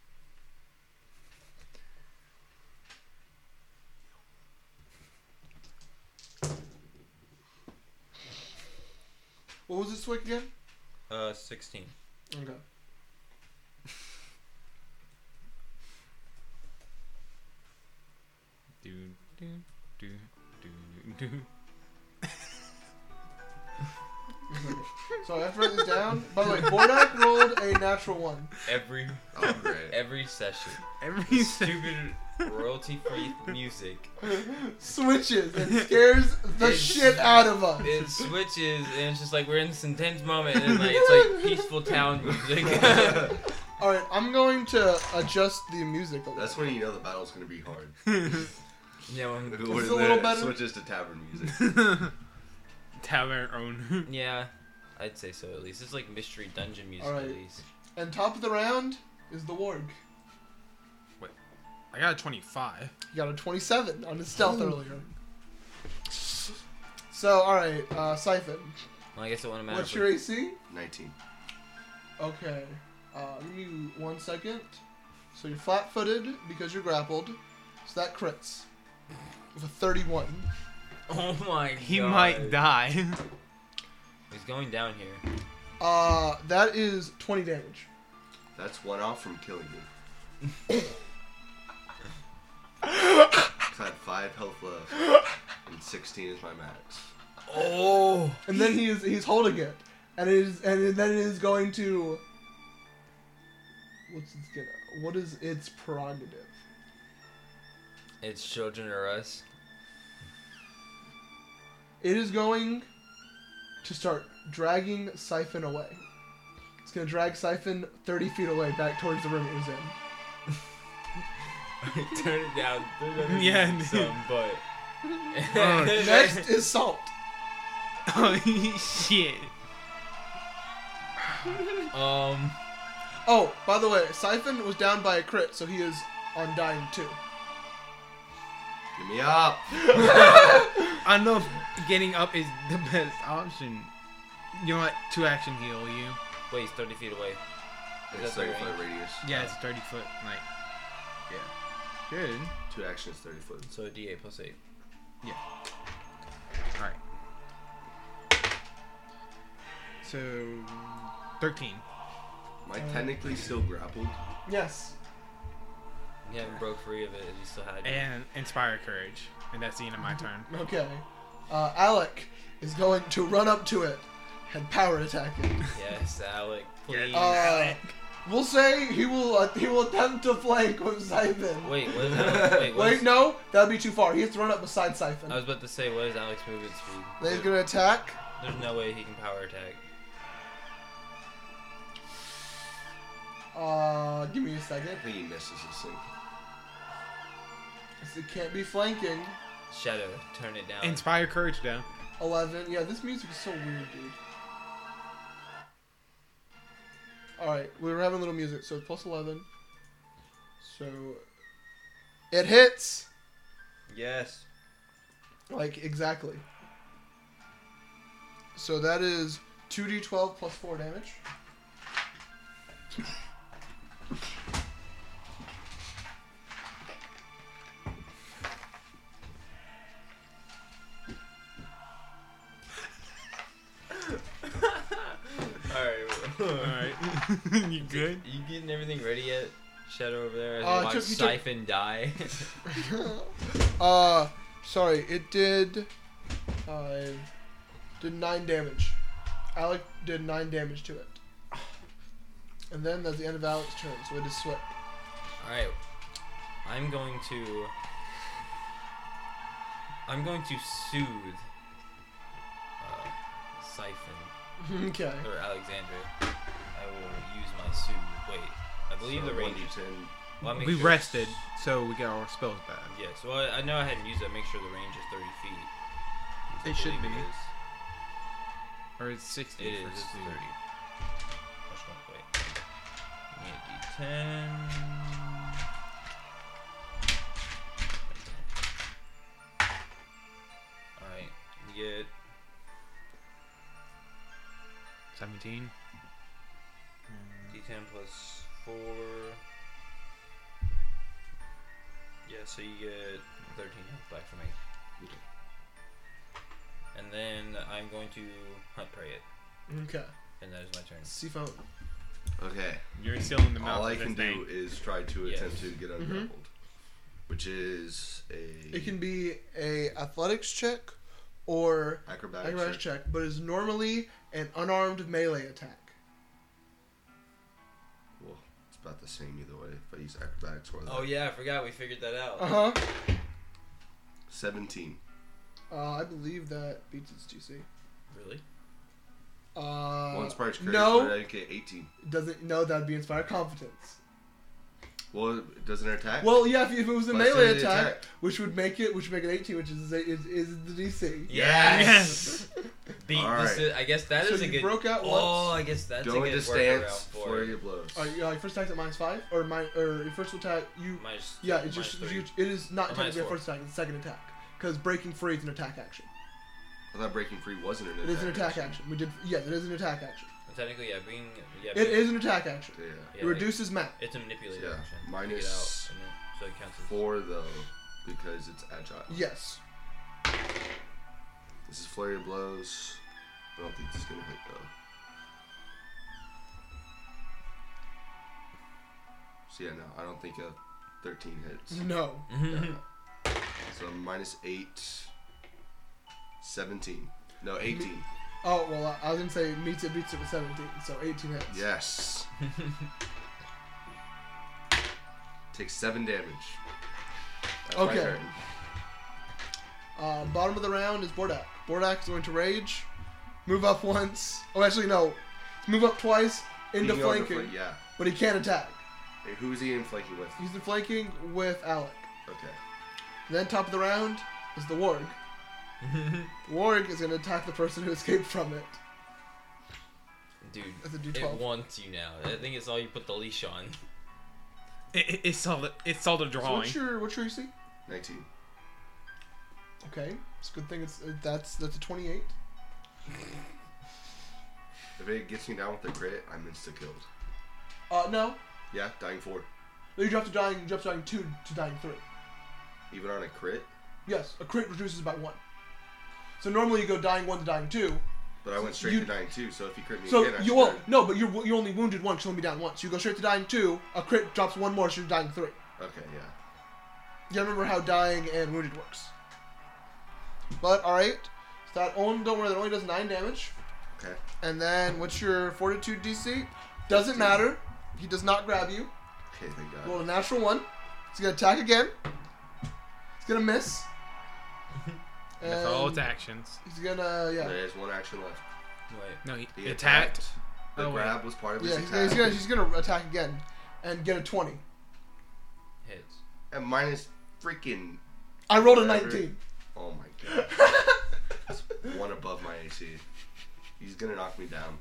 C: What was it, Swick again?
B: Uh, 16.
C: Okay.
D: Do do do do do.
C: So I have to write this down. By the way, Bordak rolled a natural one.
B: Every
A: Oh, great.
B: every session.
D: Every
B: Stupid royalty-free music.
C: Switches and scares the
B: It's-
C: shit out of us.
B: It switches and it's just like we're in this intense moment and like it's like peaceful town music.
C: All right, I'm going to adjust the music a little.
A: That's when you know the battle's gonna be hard.
B: yeah, well,
A: When
C: a little
A: it
C: better.
A: Switches to tavern music.
D: have our own.
B: yeah, I'd say so at least. It's like mystery dungeon music
C: Alright.
B: at least.
C: and top of the round is the warg.
D: I got a twenty-five.
C: He got a 27 on his stealth earlier. So all right, uh, Siphon,
B: Well, I guess it wouldn't matter.
C: what's
B: if
C: your
B: we-
C: AC?
A: 19.
C: Okay. Uh, give me one second. So you're flat footed because you're grappled. So that crits. With a 31.
B: Oh my god.
D: die.
B: He's going down here.
C: Uh, that is 20 damage.
A: That's one off from killing me. 'Cause I had 5 health left. And 16 is my max.
B: Oh.
C: And then he is he's holding it. And it is and then it is going to What's its gonna what is its prerogative?
B: It's children or us.
C: It is going to start dragging Siphon away. It's gonna drag Siphon 30 feet away back towards the room it was in.
B: Turn it down. Turn it down
D: Yeah, dude.
B: some, but.
D: Oh,
C: Next is Salt.
D: oh shit.
B: Um.
C: Oh, by the way, Siphon was down by a crit, so he is on dying too.
A: Give me up!
D: I know if getting up is the best option. You know what? Two action heal you.
B: Wait, he's 30 feet away.
A: It's
B: that the
A: 30 foot
B: range?
A: radius.
D: Yeah, it's thirty foot. Like, yeah, Oh. good.
A: Two actions, 30 foot.
B: So a D8 plus 8.
D: All right. So, thirteen.
A: Am I technically still grappled?
C: Yes.
B: You haven't broke free of it and you still had it.
D: And inspire courage, and that's the end of my turn.
C: Okay. Uh, Alec is going to run up to it and power attack it.
B: Yes, Alec, please.
C: Uh, We'll say he will uh, he will attempt to flank with Siphon.
B: Wait, what is Alex? Wait,
C: Oh.
B: what
C: Wait,
B: is-
C: no, that'd be too far. He has to run up beside Siphon.
B: I was about to say, what is Alex movement speed?
F: Then he's gonna attack.
B: There's no way he can power attack.
C: Uh, give me a second.
A: I think he misses this thing.
C: It can't be flanking.
B: Shadow, turn it down.
D: Inspire courage down.
C: Eleven. Yeah, this music is so weird, dude. All right, we were having a little music, so plus eleven. So
F: It hits.
B: yes.
C: like exactly. So that is two d twelve plus four damage.
B: Alright.
D: Alright. you good?
B: You getting everything ready yet? Shadow over there. As
C: Uh,
B: you watch
C: took- you took-
B: Siphon die.
C: uh, sorry, it did. Uh, did nine damage. Alec did nine damage to it. And then that's the end of Alec's turn, so it is Swift.
B: Alright. I'm going to. I'm going to soothe. Uh, Siphon.
C: okay.
B: or Alexandria. I will use my soothe. Wait, I believe the range.
A: One
B: Well, I make
D: We
B: sure-
D: rested, so we got our spells back.
B: Yes. Well, I- I know I hadn't used it. Make sure the range is 30 feet. which I
D: It should
B: believe
D: be.
B: It is.
D: Or it's 60
B: It
D: for
B: is, It's
D: Stu.
B: 30. Which one? Wait. Give me a d10. Alright, you get
D: 17.
B: d10 plus 4. Yeah, so you get 13 health back from me. And then I'm going to hunt prey it,
C: Okay.
B: and that is my turn.
C: Seafoam.
A: Okay.
D: You're still in the mouth
A: All I
D: of this
A: can
D: thing.
A: do is try to attempt
B: Yes.
A: to get ungrappled, which is a
C: Mm-hmm. It can be a athletics check or
A: acrobatic
C: acrobatics
A: check.
C: check, but is normally an unarmed melee attack.
A: Well, it's about the same either way. If I use acrobatics or that.
B: Oh yeah, I forgot we figured that out.
C: Uh-huh.
A: Seventeen.
C: Uh I believe that beats its DC.
B: Really?
C: Uh,
A: One spark's courage, but I
C: no,
A: didn't get eighteen.
C: doesn't. No, that'd be inspired confidence.
A: Well, it doesn't attack.
C: Well, yeah, if, if it was a
A: But it's
C: melee
A: still the
C: attack,
A: attack.
C: which would make it, which would make it 18, which is is, is the DC.
B: Yes. Beat
A: All
B: this.
A: right.
B: Is, I guess that is
C: So
B: a
C: you
B: good.
C: broke out
B: oh,
C: once.
B: I guess that's
A: Go
B: a
A: into
B: good workaround
A: stance
B: for
A: for
B: it.
A: your blows.
C: All right, yeah, like first attack's at minus five, or my, or your first attack you.
B: Minus-
C: yeah, it's
B: minus
C: just
B: three.
C: you, it is not
B: Or minus
C: technically a
B: four.
C: first attack; it's a second attack because breaking free is an attack action.
A: I thought breaking free wasn't an attack.
C: It is an attack action. We did yes, it is an attack action.
B: Well, Technically, yeah, being yeah.
C: It
B: being-
C: is an attack action.
A: Yeah.
B: yeah,
C: It
B: like,
C: reduces map.
B: It's a manipulator
A: Yeah,
B: action. Take
A: minus
B: it out, and then- so it counts as
A: Four though, because it's agile.
C: Yes.
A: This is flurry of blows. I don't think this is gonna hit though. So yeah, no, I don't think a thirteen hits.
C: No.
B: Mm-hmm.
A: Yeah. So minus eight. 17. No, 18.
C: Oh well, I, I was gonna say meets it beats it with 17, so 18 hits.
A: Yes. Takes 7 damage. That's my
C: Okay.
A: turn.
C: Uh, bottom of the round is Bordak. Bordak is going to rage, move up once. Oh, actually no, move up twice into
A: Being
C: flanking,
A: overflank- yeah.
C: but he can't attack.
A: Hey, who's he in flanking with?
C: He's in flanking with Alec.
A: Okay.
C: Then top of the round is the Warg. Warg is going to attack the person who escaped from it.
B: dude.
C: That's a
B: It
C: D12.
B: wants you now. I think it's all you put the leash on.
D: It, it, it's all the, it's all the
C: So
D: drawing.
C: what's your what's your AC?
A: 19.
C: Okay, it's a good thing it's uh, that's that's a 28.
A: If it gets me down with the crit, I'm insta killed.
C: Uh, no,
A: Yeah, dying 4.
C: no, you drop to dying, you drop to dying two to dying three.
A: Even on a crit.
C: Yes, a crit reduces by one. So normally you go dying one to dying two.
A: But I went straight
C: You-
A: to dying 2, so if he crit me
C: So
A: again, I
C: you
A: should
C: will
A: die.
C: no, but you're you're only wounded once. You'll only be down once. You go straight to dying two. A crit drops one more, so you're dying three.
A: Okay, yeah.
C: Yeah, remember how dying and wounded works. But all right, so that only don't worry, that only does nine damage.
A: Okay.
C: And then what's your fortitude DC? Doesn't matter. He does not grab you.
A: Okay, thank God.
C: Roll a natural one. He's gonna attack again. He's gonna miss.
D: That's all
C: And
D: its actions.
C: He's gonna yeah.
A: There's one action left.
B: Wait.
D: No, he
A: He
D: attacked.
A: The
D: Oh, wait.
A: grab was part of his
C: Yeah, he's
A: attack.
C: gonna, he's gonna he's gonna attack again and get a twenty.
B: Hits.
A: And minus freaking.
C: I rolled a
A: Whatever.
C: nineteen.
A: Oh my God. It's one above my AC. He's gonna knock me down.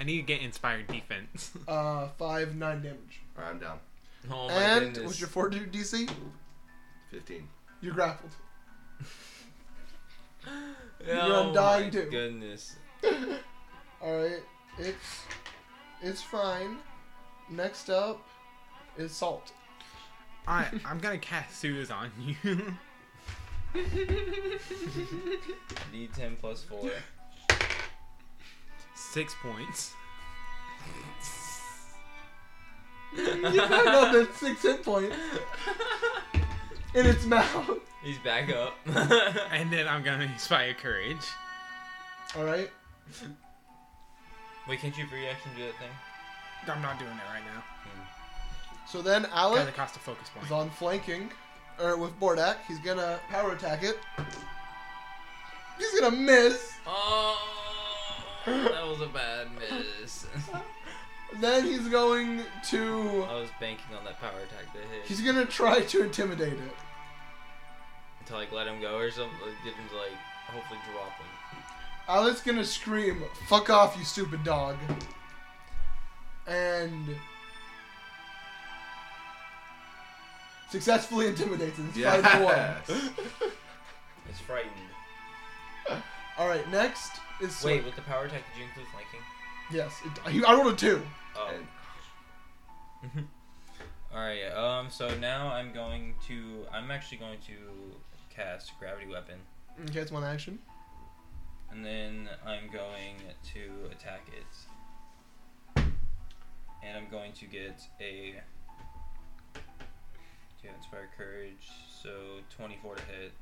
D: I need to get inspired defense.
C: Uh, five nine damage.
A: Or I'm down.
B: Oh my
C: and
B: goodness.
C: what's your fortitude DC?
A: 15.
C: You're grappled. You're
B: oh
C: undying
B: my
C: too.
B: goodness.
C: All right, it's it's fine. Next up is salt.
D: Alright, I'm gonna cast Soothe on you.
B: D10 plus 4.
D: Six points.
C: You found out that six hit points in its mouth.
B: He's back up.
D: And then I'm gonna inspire courage.
C: All right,
B: Wait, can't you free action do that thing?
D: I'm not doing that right now.
C: Hmm. so then
D: Got to
C: Alec
D: cost a focus
C: is
D: point.
C: on flanking, or with Bordak. He's gonna power attack it. He's gonna miss.
B: Oh, that was a bad miss.
C: Then he's going to.
B: I was banking on that power attack to hit.
C: He's gonna try to intimidate it.
B: to like let him go or something, like, get him to like hopefully drop him.
C: Alec's gonna scream, "Fuck off, you stupid dog!" And successfully intimidates it. It's five to one.
B: It's frightened.
C: All right, next is Swi-
B: Wait, with the power attack, did you include flanking?
C: Yes, it, he- I rolled a two.
B: Oh.
A: And-
B: All right. Um. So now I'm going to. I'm actually going to cast gravity weapon,
C: Okay, it's one action.
B: and then I'm going to attack it. And I'm going to get a. To inspire courage, so 24 to hit.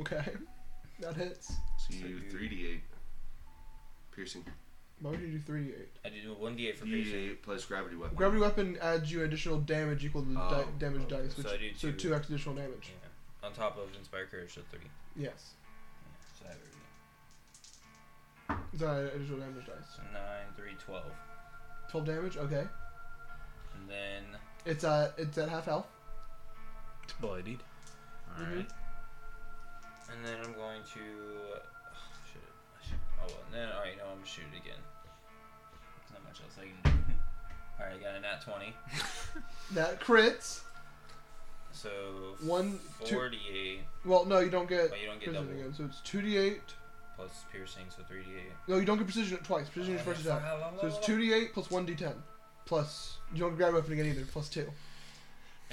C: Okay, that hits.
A: So
B: So
A: you
B: you-
A: 3d8. Piercing.
C: Why would you do three d eight?
B: I did a 1d8 for piercing.
A: 3d8 plus gravity weapon.
C: Gravity weapon adds you additional damage equal to the di-
A: Oh,
C: damage
A: okay.
C: dice,
B: So
C: which
B: I do
C: so
B: two.
C: two extra additional damage.
B: Yeah. On top of inspire courage, so three.
C: Yes,
B: So I have everything.
C: is that additional damage dice?
B: So nine, three, twelve,
C: Twelve damage. Okay,
B: and then
C: it's uh it's at half health.
D: It's bloodied. Alright.
B: and then I'm going to oh, shit. I should- Oh well, then all right, no, I'm gonna shoot it again. There's not much else I can do. all right, got a nat twenty,
C: That crits.
B: so
C: One, two-
B: forty-eight.
C: Well, no, you don't get
B: But you don't get
C: precision
B: double
C: again. So it's two d eight.
B: plus piercing, so three d eight. Oh,
C: No, you don't get precision at twice. Precision is first attack. So it's two d eight plus one d ten, plus you don't grab weapon again either. Plus two.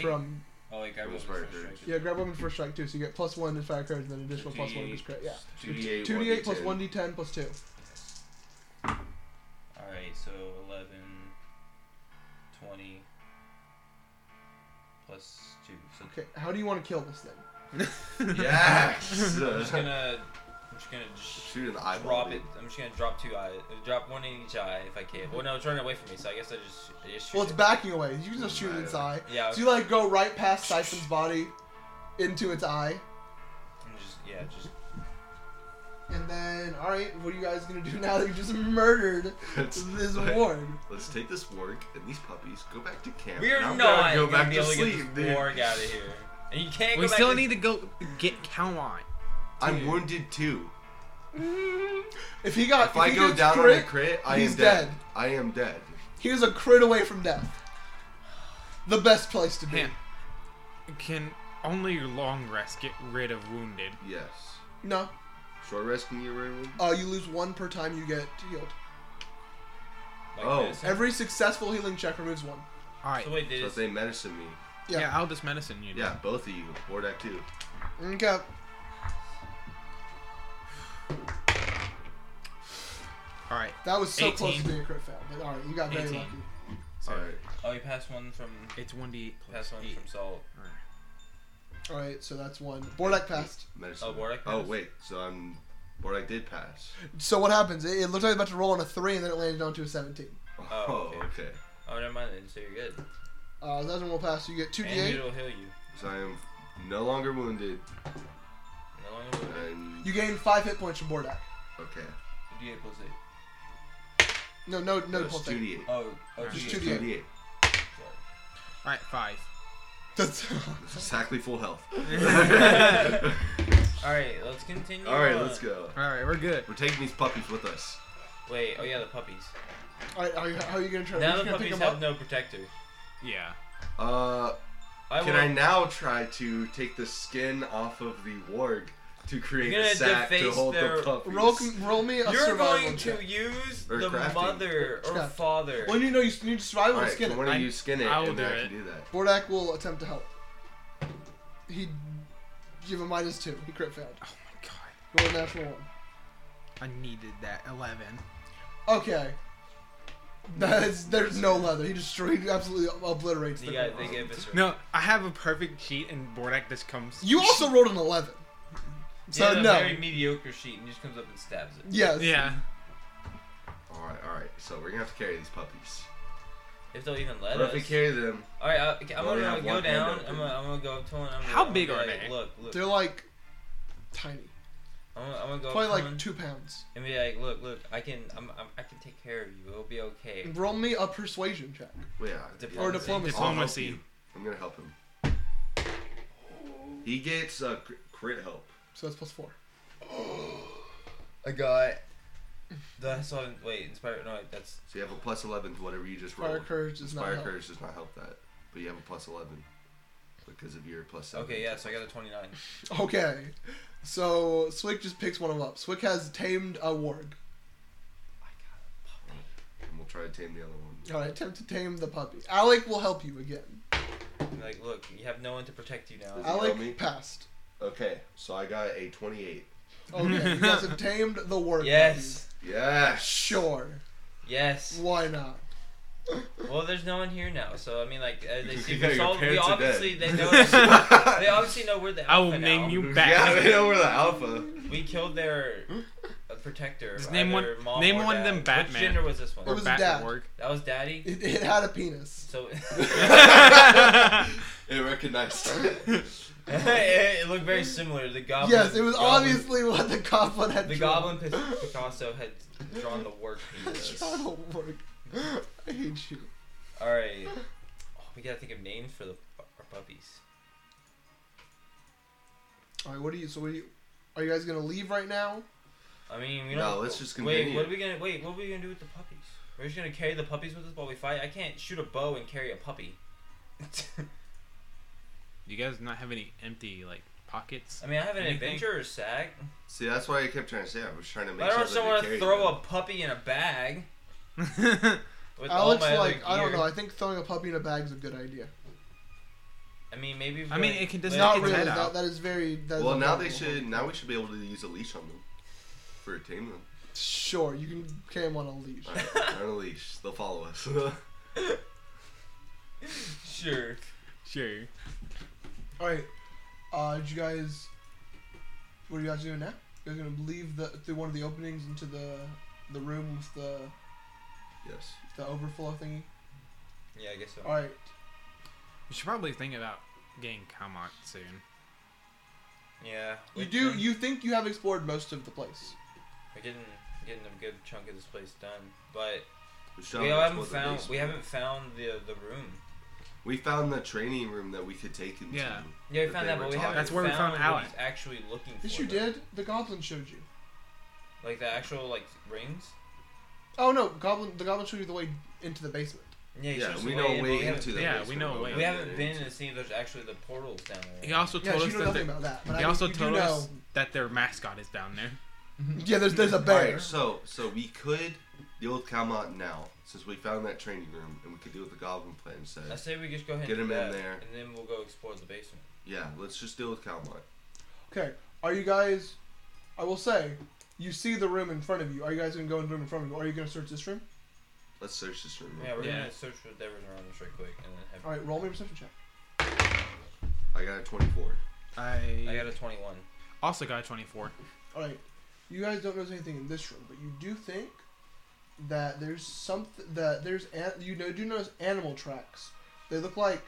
C: From
B: Oh, wait, grab
A: From
B: one
A: inspire
B: first
A: courage.
B: strike.
C: yeah, grab weapon first strike too. So you get plus one in fire courage, and then additional plus one in
B: 2d8.
C: just crit. Yeah.
A: 2d8,
C: Two d eight plus
A: 1d10.
C: one d ten plus two.
B: All right, so 11, 20, plus two. So
C: Okay. How do you want to kill this thing?
A: Yes!
B: I'm just gonna, I'm just gonna just
A: Shoot an eyeball.
B: drop
A: dude.
B: it. I'm just gonna drop two eyes, drop one in each eye if I can. Well, no, it's running away from me, so I guess I just, I just shoot
C: Well, it's
B: it.
C: backing away. You can just shoot it in its eye.
B: Yeah,
C: So you like go right past Siphon's body, into its eye,
B: I'm just, yeah, just
C: and then all right, what are you guys gonna do now that you just murdered
A: It's
C: this
A: like,
C: ward?
A: Let's take this warg and these puppies, go back to camp.
B: we're
A: and I'm
B: not
A: gonna go
B: gonna
A: back
B: be
A: to
B: able to
A: sleep,
B: get this
A: dude.
B: warg out of here. And you can't.
D: We
B: go
D: still
B: back
D: need to go get Kawan.
A: I'm wounded too.
C: If he got,
A: If I
C: he
A: go
C: gets
A: down on
C: crit,
A: a crit, I
C: he's
A: am dead.
C: dead.
A: I am dead.
C: He was a crit away from death. The best place to be.
D: Man, can only long rest get rid of wounded?
A: Yes.
C: No.
A: Short rest can get rid of him?
C: Uh, you lose one per time you get healed.
B: Like
A: Oh.
B: this.
C: Every successful healing check removes one.
D: All right.
B: So wait, did
A: So
B: it?
A: if they medicine me,
C: Yeah.
D: yeah. I'll just medicine you.
A: yeah, both of you, Wardak too.
C: Okay.
D: All right.
C: That was so close
D: 18.
C: to being a crit fail, but alright, you got very
D: 18.
C: lucky.
D: So
A: All right.
B: Oh, you passed one from,
D: It's one d
B: passed
D: plus
B: one
D: eight.
B: from salt.
C: Alright, so that's one. Bordak passed.
A: Medicine.
B: Oh, Wardak
A: Oh
B: passed?
A: wait, so I'm Wardak did pass.
C: So what happens? It, it looked like it was about to roll on a 3 and then it landed onto a 17.
A: Oh,
B: okay.
A: okay.
B: Oh, never mind then. So you're good.
C: Uh, that one will pass. You get two
B: and
C: d8.
B: it'll heal you.
A: So I am no longer wounded.
B: No longer wounded.
A: I'm
C: You gain five hit points from Bordak.
A: okay.
B: D8 plus eight.
C: No, no, no.
A: That's
C: whole
A: two
C: thing.
A: D eight.
B: Oh, oh,
D: Just
B: D8.
C: two
A: Two D eight.
B: Sorry.
D: Alright, five.
C: That's
A: That's exactly full health.
B: All right, let's continue.
A: All right,
B: on.
A: let's go.
D: Alright, we're good.
A: We're taking these puppies with us.
B: Wait. Oh yeah, the puppies.
C: all right. Are you, how are you gonna try?
B: now
C: you
B: the
C: gonna pick
B: puppies
C: 'em
B: have
C: up?
B: no protector.
D: Yeah.
A: Uh,
B: I
A: can
B: will-
A: I now try to take the skin off of the warg to create
B: You're
A: a
B: gonna
A: sack to
B: deface
A: hold
B: their-
A: the puppies?
C: Roll, com- roll me a
B: You're
C: survival
B: going to
C: check.
B: use
A: Or
B: the
A: crafting.
B: mother or
C: Crafting.
B: father.
C: Well, you know you s- need to survive
A: All
C: and
A: right,
C: skin
A: so
C: it.
A: one of
D: I-
A: you skin it,
D: I will
A: and
D: do
A: I
D: it.
A: can do that.
C: Bordak will attempt to help. He give a minus two. He crit failed.
D: Oh my god.
C: Roll a natural one.
D: I needed that. Eleven.
C: Okay. That's there's no leather. He destroyed. He absolutely obliterates
B: They,
C: the.
B: got, they gave us.
D: No, I have a perfect sheet, and Bordak just comes.
C: You also rolled an eleven. So
B: yeah,
C: no.
B: Very mediocre sheet and just comes up and stabs it.
C: Yes.
D: Yeah.
A: All right, all right. So we're gonna have to carry these puppies.
B: If they'll even
A: But
B: let
A: if
B: us.
A: we carry them,
B: All right, I, I'm
A: Well,
B: gonna
A: they have
B: go
A: one hand
B: down.
A: open.
B: I'm gonna, I'm gonna go up to one. I'm gonna,
D: How
B: I'm
D: big
B: gonna be
D: are
B: like,
D: they?
B: Look, look.
C: They're like tiny.
B: I'm, gonna, I'm gonna go
C: Probably
B: up to one
C: like two pounds.
B: and be like, look, look. I can, I'm, I'm, I can take care of you. It'll be okay.
C: Roll me a persuasion check
A: well, yeah.
C: or
B: Diplomacy.
C: diplomacy.
A: I'll help
D: Diplomacy.
A: you. I'm gonna help him. He gets a cr- crit help.
C: So that's plus four.
B: I got. That's on. Wait, inspire. No, that's.
A: So you have a plus 11 to whatever you just rolled.
C: Fire courage does not
A: Inspire
C: help.
A: courage does not help that, but you have a plus 11 because of your plus seven.
B: Okay, yeah. So I got a 29.
C: Okay. So Swick just picks one of them up. Swick has tamed a warg.
A: And we'll try to tame the other one.
C: All right, attempt to tame the puppy. Alec will help you again.
B: I'm like, look, you have no one to protect you now.
A: Does he help me?
C: Alec passed. Oh,
A: Okay, so I got a 28.
C: Okay, you guys have tamed the warg.
B: Yes.
A: Yeah.
C: puppies. Sure.
B: Yes.
C: Why not?
B: Well, there's no one here now, so I mean, like, uh, they see
A: Yeah,
B: we
A: your
B: solved- we
A: parents are
B: obviously they
A: dead.
B: know they obviously know we're the
D: I
B: alpha
D: will name
B: now.
D: you
A: Yeah,
D: back.
A: we know we're the alpha.
B: We killed their uh, protector.
D: Just name
B: either
D: one-
B: mom
D: name
B: or
D: one of
B: dad.
D: them Batman.
B: Which gender was this
C: It
B: one?
C: was dad.
B: That was Daddy.
C: It, it had a penis.
B: So
A: It recognized.
B: it looked very similar. The goblin.
C: yes, it was
B: goblin-
C: obviously what the goblin had.
B: The
C: drawn.
B: goblin Pic- Picasso had drawn the work.
C: That's not a warg. I hate you.
B: All right, oh, we gotta think of names for the our puppies.
C: All right, what are you? So, what are you? Are you guys gonna leave right now?
B: I mean, we
A: No,
B: don't.
A: let's just
B: Wait,
A: continue.
B: what are we gonna? Wait, what are we gonna do with the puppies? We're just gonna carry the puppies with us while we fight. I can't shoot a bow and carry a puppy.
D: you guys not have any empty like pockets?
B: I mean, I have an
D: Anything?
B: adventurer's sack.
A: See, that's why I kept trying to say I was trying to
B: But
A: make
B: I don't
A: sure
B: just
A: that
B: want
A: they
B: to
A: carried
B: throw a
A: them.
B: puppy in a bag with all
C: Alex,
B: my
C: like,
B: other
C: I don't
B: gear.
C: know. I think throwing a puppy in a bag is a good idea.
B: I mean, maybe.
D: I mean, it can just
B: Wait,
D: knock
C: Not
D: its
C: really.
D: head
C: That,
D: out.
C: that is very. That is
A: Well,
C: a
A: now they
C: problem.
A: should. Now we should be able to use a leash on them for taming them.
C: Sure, you can carry him on a leash.
A: All right, on a leash. They'll follow us. All
B: Sure.
D: Sure.
C: All right. Uh, did you guys? What are you guys doing now? You guys gonna leave the through one of the openings into the the room with the
A: Yes.
C: the overflow thingy?
B: Yeah, I guess so.
C: All right.
D: You should probably think about getting Kamat soon.
B: Yeah.
C: You
B: we
C: do.
B: can-
C: You think you have explored most of the place?
B: We're getting getting a good chunk of this place done, but
A: should
B: we
A: have
B: haven't
A: explored the
B: found
A: base.
B: we haven't found the the room.
A: We found the training room that we could take into.
D: Yeah.
B: Yeah, we
A: That they
B: found that,
A: were
B: but we
A: talking.
B: haven't
D: That's where we found
B: what
D: Alex.
B: he's actually looking for.
C: Yes, you
B: though.
C: did. The goblin showed you.
B: Like the actual like rings.
C: Oh no, goblin. The goblin showed you the way into the basement.
B: Yeah, he
A: Yeah,
B: shows
A: we
B: the
A: know
B: but
A: way
B: we haven't-
A: into that.
D: Yeah, we
A: basement,
D: know
A: but
D: way
B: We
D: Yeah,
B: haven't been to see if there's actually the portals down there.
D: He also
C: Yeah,
D: told
C: you
D: us
C: know
D: that.
C: nothing
D: The,
C: about that. But
D: he
C: I
D: also
C: mean, you
D: told
C: do
D: us
C: know-
D: that their mascot is down there.
C: Yeah, there's there's a bear.
A: Alright, so so we could deal with Kamat now since we found that training room and we could deal with the Goblin plan instead.
B: I say we just go ahead
A: Get
B: and do
A: him in
B: that,
A: there.
B: and then we'll go explore the basement.
A: Yeah, let's just deal with Kamat.
C: Okay, are you guys? I will say, you see the room in front of you. Are you guys gonna go in the room in front of you? Are you gonna search this room?
A: Let's search this room.
B: Yeah, we're
D: Yeah.
B: gonna search for whatever's around us right quick, and then have.
C: All right, roll me a perception check.
A: I got a 24.
D: I,
B: I got a twenty-one.
D: also got a 24.
C: All right, you guys don't notice anything in this room, but you do think that there's something that there's an, you know do notice animal tracks. They look like.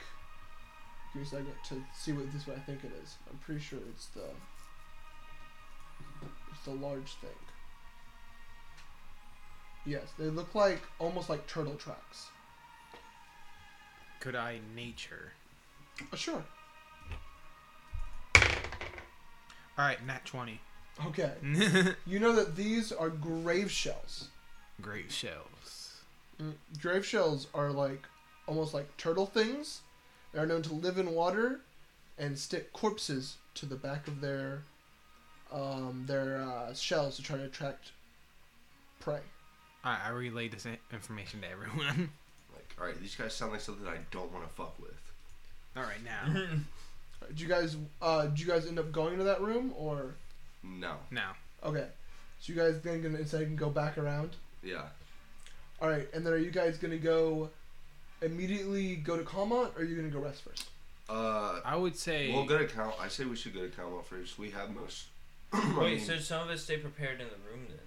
C: Give me a second to see what this is what I think it is. I'm pretty sure it's the. It's the large thing. Yes, they look like almost like turtle tracks.
D: Could I nature?
C: Uh, sure.
D: All right, nat twenty.
C: Okay. You know that these are grave shells.
D: Great shells.
C: Mm, Grave shells are like almost like turtle things. They are known to live in water and stick corpses to the back of their um, their uh, shells to try to attract prey.
D: All right, I relay this in- information to everyone.
A: Like, all right, these guys sound like something I don't want to fuck with.
D: All right,
B: Mm-hmm.
D: now,
C: Do you guys uh, do you guys end up going to that room or
A: No.
D: now.
C: okay? So you guys then gonna instead can go back around.
A: Yeah.
C: All right, and then are you guys gonna go immediately go to Calmont or are you gonna go rest first?
A: Uh,
D: I would say.
A: we'll go to count. I say we should go to Calmo first. We have most. I
B: Wait,
A: mean,
B: so some of us stay prepared in the room then?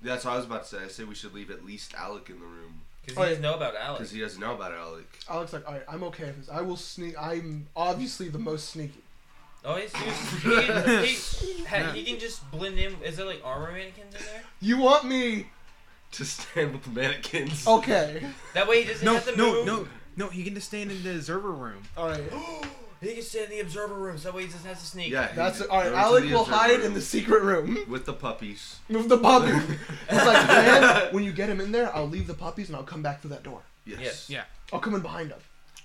A: that's what I was about to say. I say we should leave at least Alec in the room
B: Because
C: Oh,
B: he
C: yeah.
B: doesn't know about
A: because
B: Alex.
A: he doesn't know about Alec.
C: Alex like all right, I'm okay with this. I will sneak. I'm obviously the most sneaky.
B: Oh, he's, he's, he, can, he, heck, he can just blend in. Is there like armor mannequins in there?
C: You want me?
A: To stand with the mannequins.
C: Okay.
B: That way he doesn't
D: No,
B: have to
D: no,
B: move.
D: no, no. He can just stand in the observer room.
C: All right.
B: He can stay in the observer room, so that way he doesn't have to sneak.
A: Yeah. he
C: That's
A: just
C: all
A: goes
C: right.
A: to
C: Alec
A: the
C: will
A: observer
C: hide
A: room
C: in the secret room.
A: with the puppies.
C: Move the puppy. He's like, man, when you get him in there, I'll leave the puppies and I'll come back through that door.
A: Yes.
B: Yes.
D: Yeah.
C: I'll come in behind them.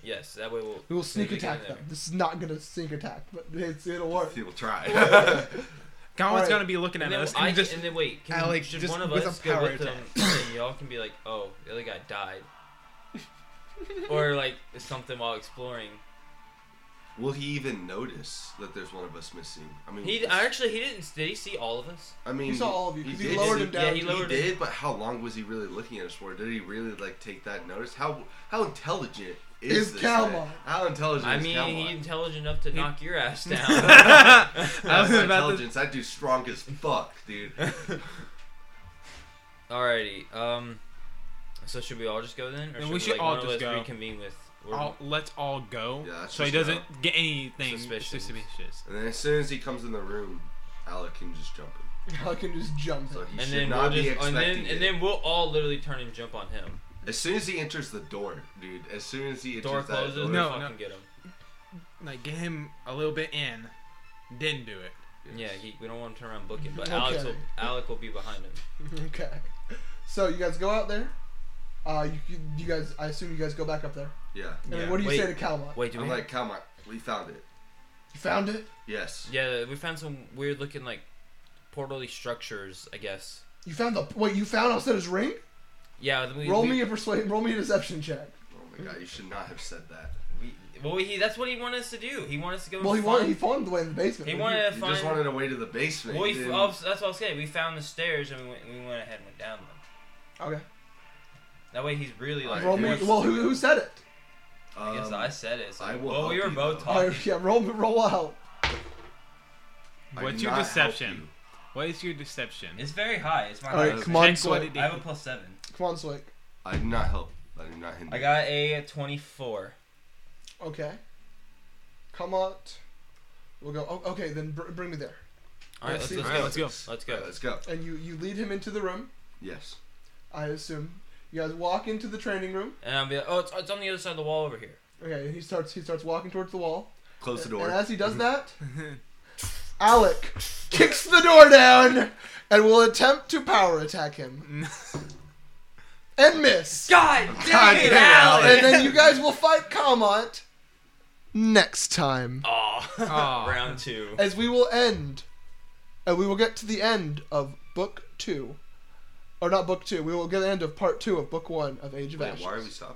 B: Yes, that way we'll.
C: We will sneak
B: Sneak
C: attack
B: in
C: them.
B: there.
C: This is not gonna sneak attack, but it's, it'll work.
A: People try.
D: Calvin's
C: Alright.
D: gonna be looking at
B: And then,
D: us.
B: I,
D: and just
B: and then wait, can,
D: Alec,
B: should
D: just
B: one of
D: with
B: us
D: a
B: go
D: power
B: with them and y'all can be like, oh, the other guy died. or like something while exploring.
A: Will he even notice that there's one of us missing? I mean,
B: He actually he didn't did he see all of us?
A: I mean,
C: He saw all of you, 'cause he
A: did
C: lowered
A: see-
C: him down.
B: Yeah, he
A: He
B: lowered.
A: did, but how long was he really looking at us for? Did he really like take that notice? How how intelligent is,
C: Is
A: this
C: Calmon?
A: man? How intelligent
B: I
A: is
B: mean,
A: Calmon?
B: he intelligent enough to knock your ass down.
D: I was
A: That's my
D: about to.
A: intelligence. I do strong as fuck, dude.
B: Alrighty. Um. So should we all just go then, or
D: Yeah,
B: should
D: we should
B: like,
D: all
B: one of
D: just
B: us
D: go.
B: reconvene with? or-
D: All, let's all go,
A: Yeah, let's
D: so he
A: just
D: doesn't get anything
B: Suspicions.
D: suspicious.
A: And then as soon as he comes in the room, Alec can just jump in.
C: I can just jump
A: So
C: in.
A: he
B: and
A: should
B: then
A: not
B: we'll
A: be
B: just, and
A: expecting
B: then
A: it.
B: and then we'll all literally turn and jump on him.
A: as soon as he enters the door, dude. As soon as he enters
B: Door
A: that
B: closes.
A: door,
D: No,
B: No, fucking
D: no.
B: get him.
D: Like get him a little bit in, then do it.
B: Yeah, he, we don't want to turn around and book it, but
C: Okay.
B: Alex will Alec will be behind him.
C: Okay. So you guys go out there. Uh, you, you, you guys, I assume you guys go back up there.
A: yeah.
C: And
D: Yeah.
C: what do you
B: Wait.
C: say to Calmont?
B: Wait, do we?
A: I'm like, Calmon, we found it.
C: You found it.
A: Yes.
B: yeah, we found some weird looking like portally structures, I guess.
C: You found the wait. You found Alceta's ring.
B: Yeah, then we,
C: Roll
B: we,
C: me a persuade. Roll me a deception check.
A: Oh my god, you should not have said that.
B: we- well, he, that's what he wanted us to do. He wanted us to go.
C: Well, he
B: find,
C: wanted. He found the way in the basement.
B: He
C: Well,
B: wanted to
A: You
B: find.
A: just wanted a way to the basement.
B: well, we,
A: you didn't-
B: oh, that's what I was saying. We found the stairs and we went, we went ahead and went down them.
C: Okay.
B: That way, he's really like.
C: Roll me.
A: What's-
C: Well, who, who said it?
B: I guess
A: Um,
B: I said it. So,
A: I will
B: well, we
A: help you,
B: were both
A: though.
C: Oh
B: talking.
C: yeah. Roll. Roll out.
A: I
D: What's
A: did
D: your
A: not help
D: deception?
A: you.
D: What is your deception?
B: It's very high. It's my
C: All right.
B: highest.
C: Come on,
D: Check what
C: Slick.
D: it
B: I have a
D: is.
B: plus seven.
C: Come on, Slick.
A: I did not help. I did not hinder.
B: I got a twenty-four.
C: Okay. Come out. We'll go. Oh, okay, then br- bring me there.
B: All right,
C: Let's
B: let's,
C: see.
B: let's
A: All
B: go.
A: right,
D: let's go.
B: Let's
A: Alright,
B: go.
A: let's go.
C: And you you lead him into the room.
A: Yes.
C: I assume you guys walk into the training room.
B: And I'll be like, oh, it's, it's on the other side of the wall over here.
C: Okay, and he starts he starts walking towards the wall.
A: Close the
C: And
A: door. Mm-hmm.
C: as he does that, Alec kicks the door down and will attempt to power attack him and miss.
B: God
A: God damn it, Alex.
C: And then you guys will fight Calmont next
A: Oh.
C: time.
D: Aw.
B: round two.
C: as we will end, and we will get to the end of book two, or not book two. We will get to the end of part two of book one of Age of
A: Wait,
C: Ashes.
A: why are we stopping?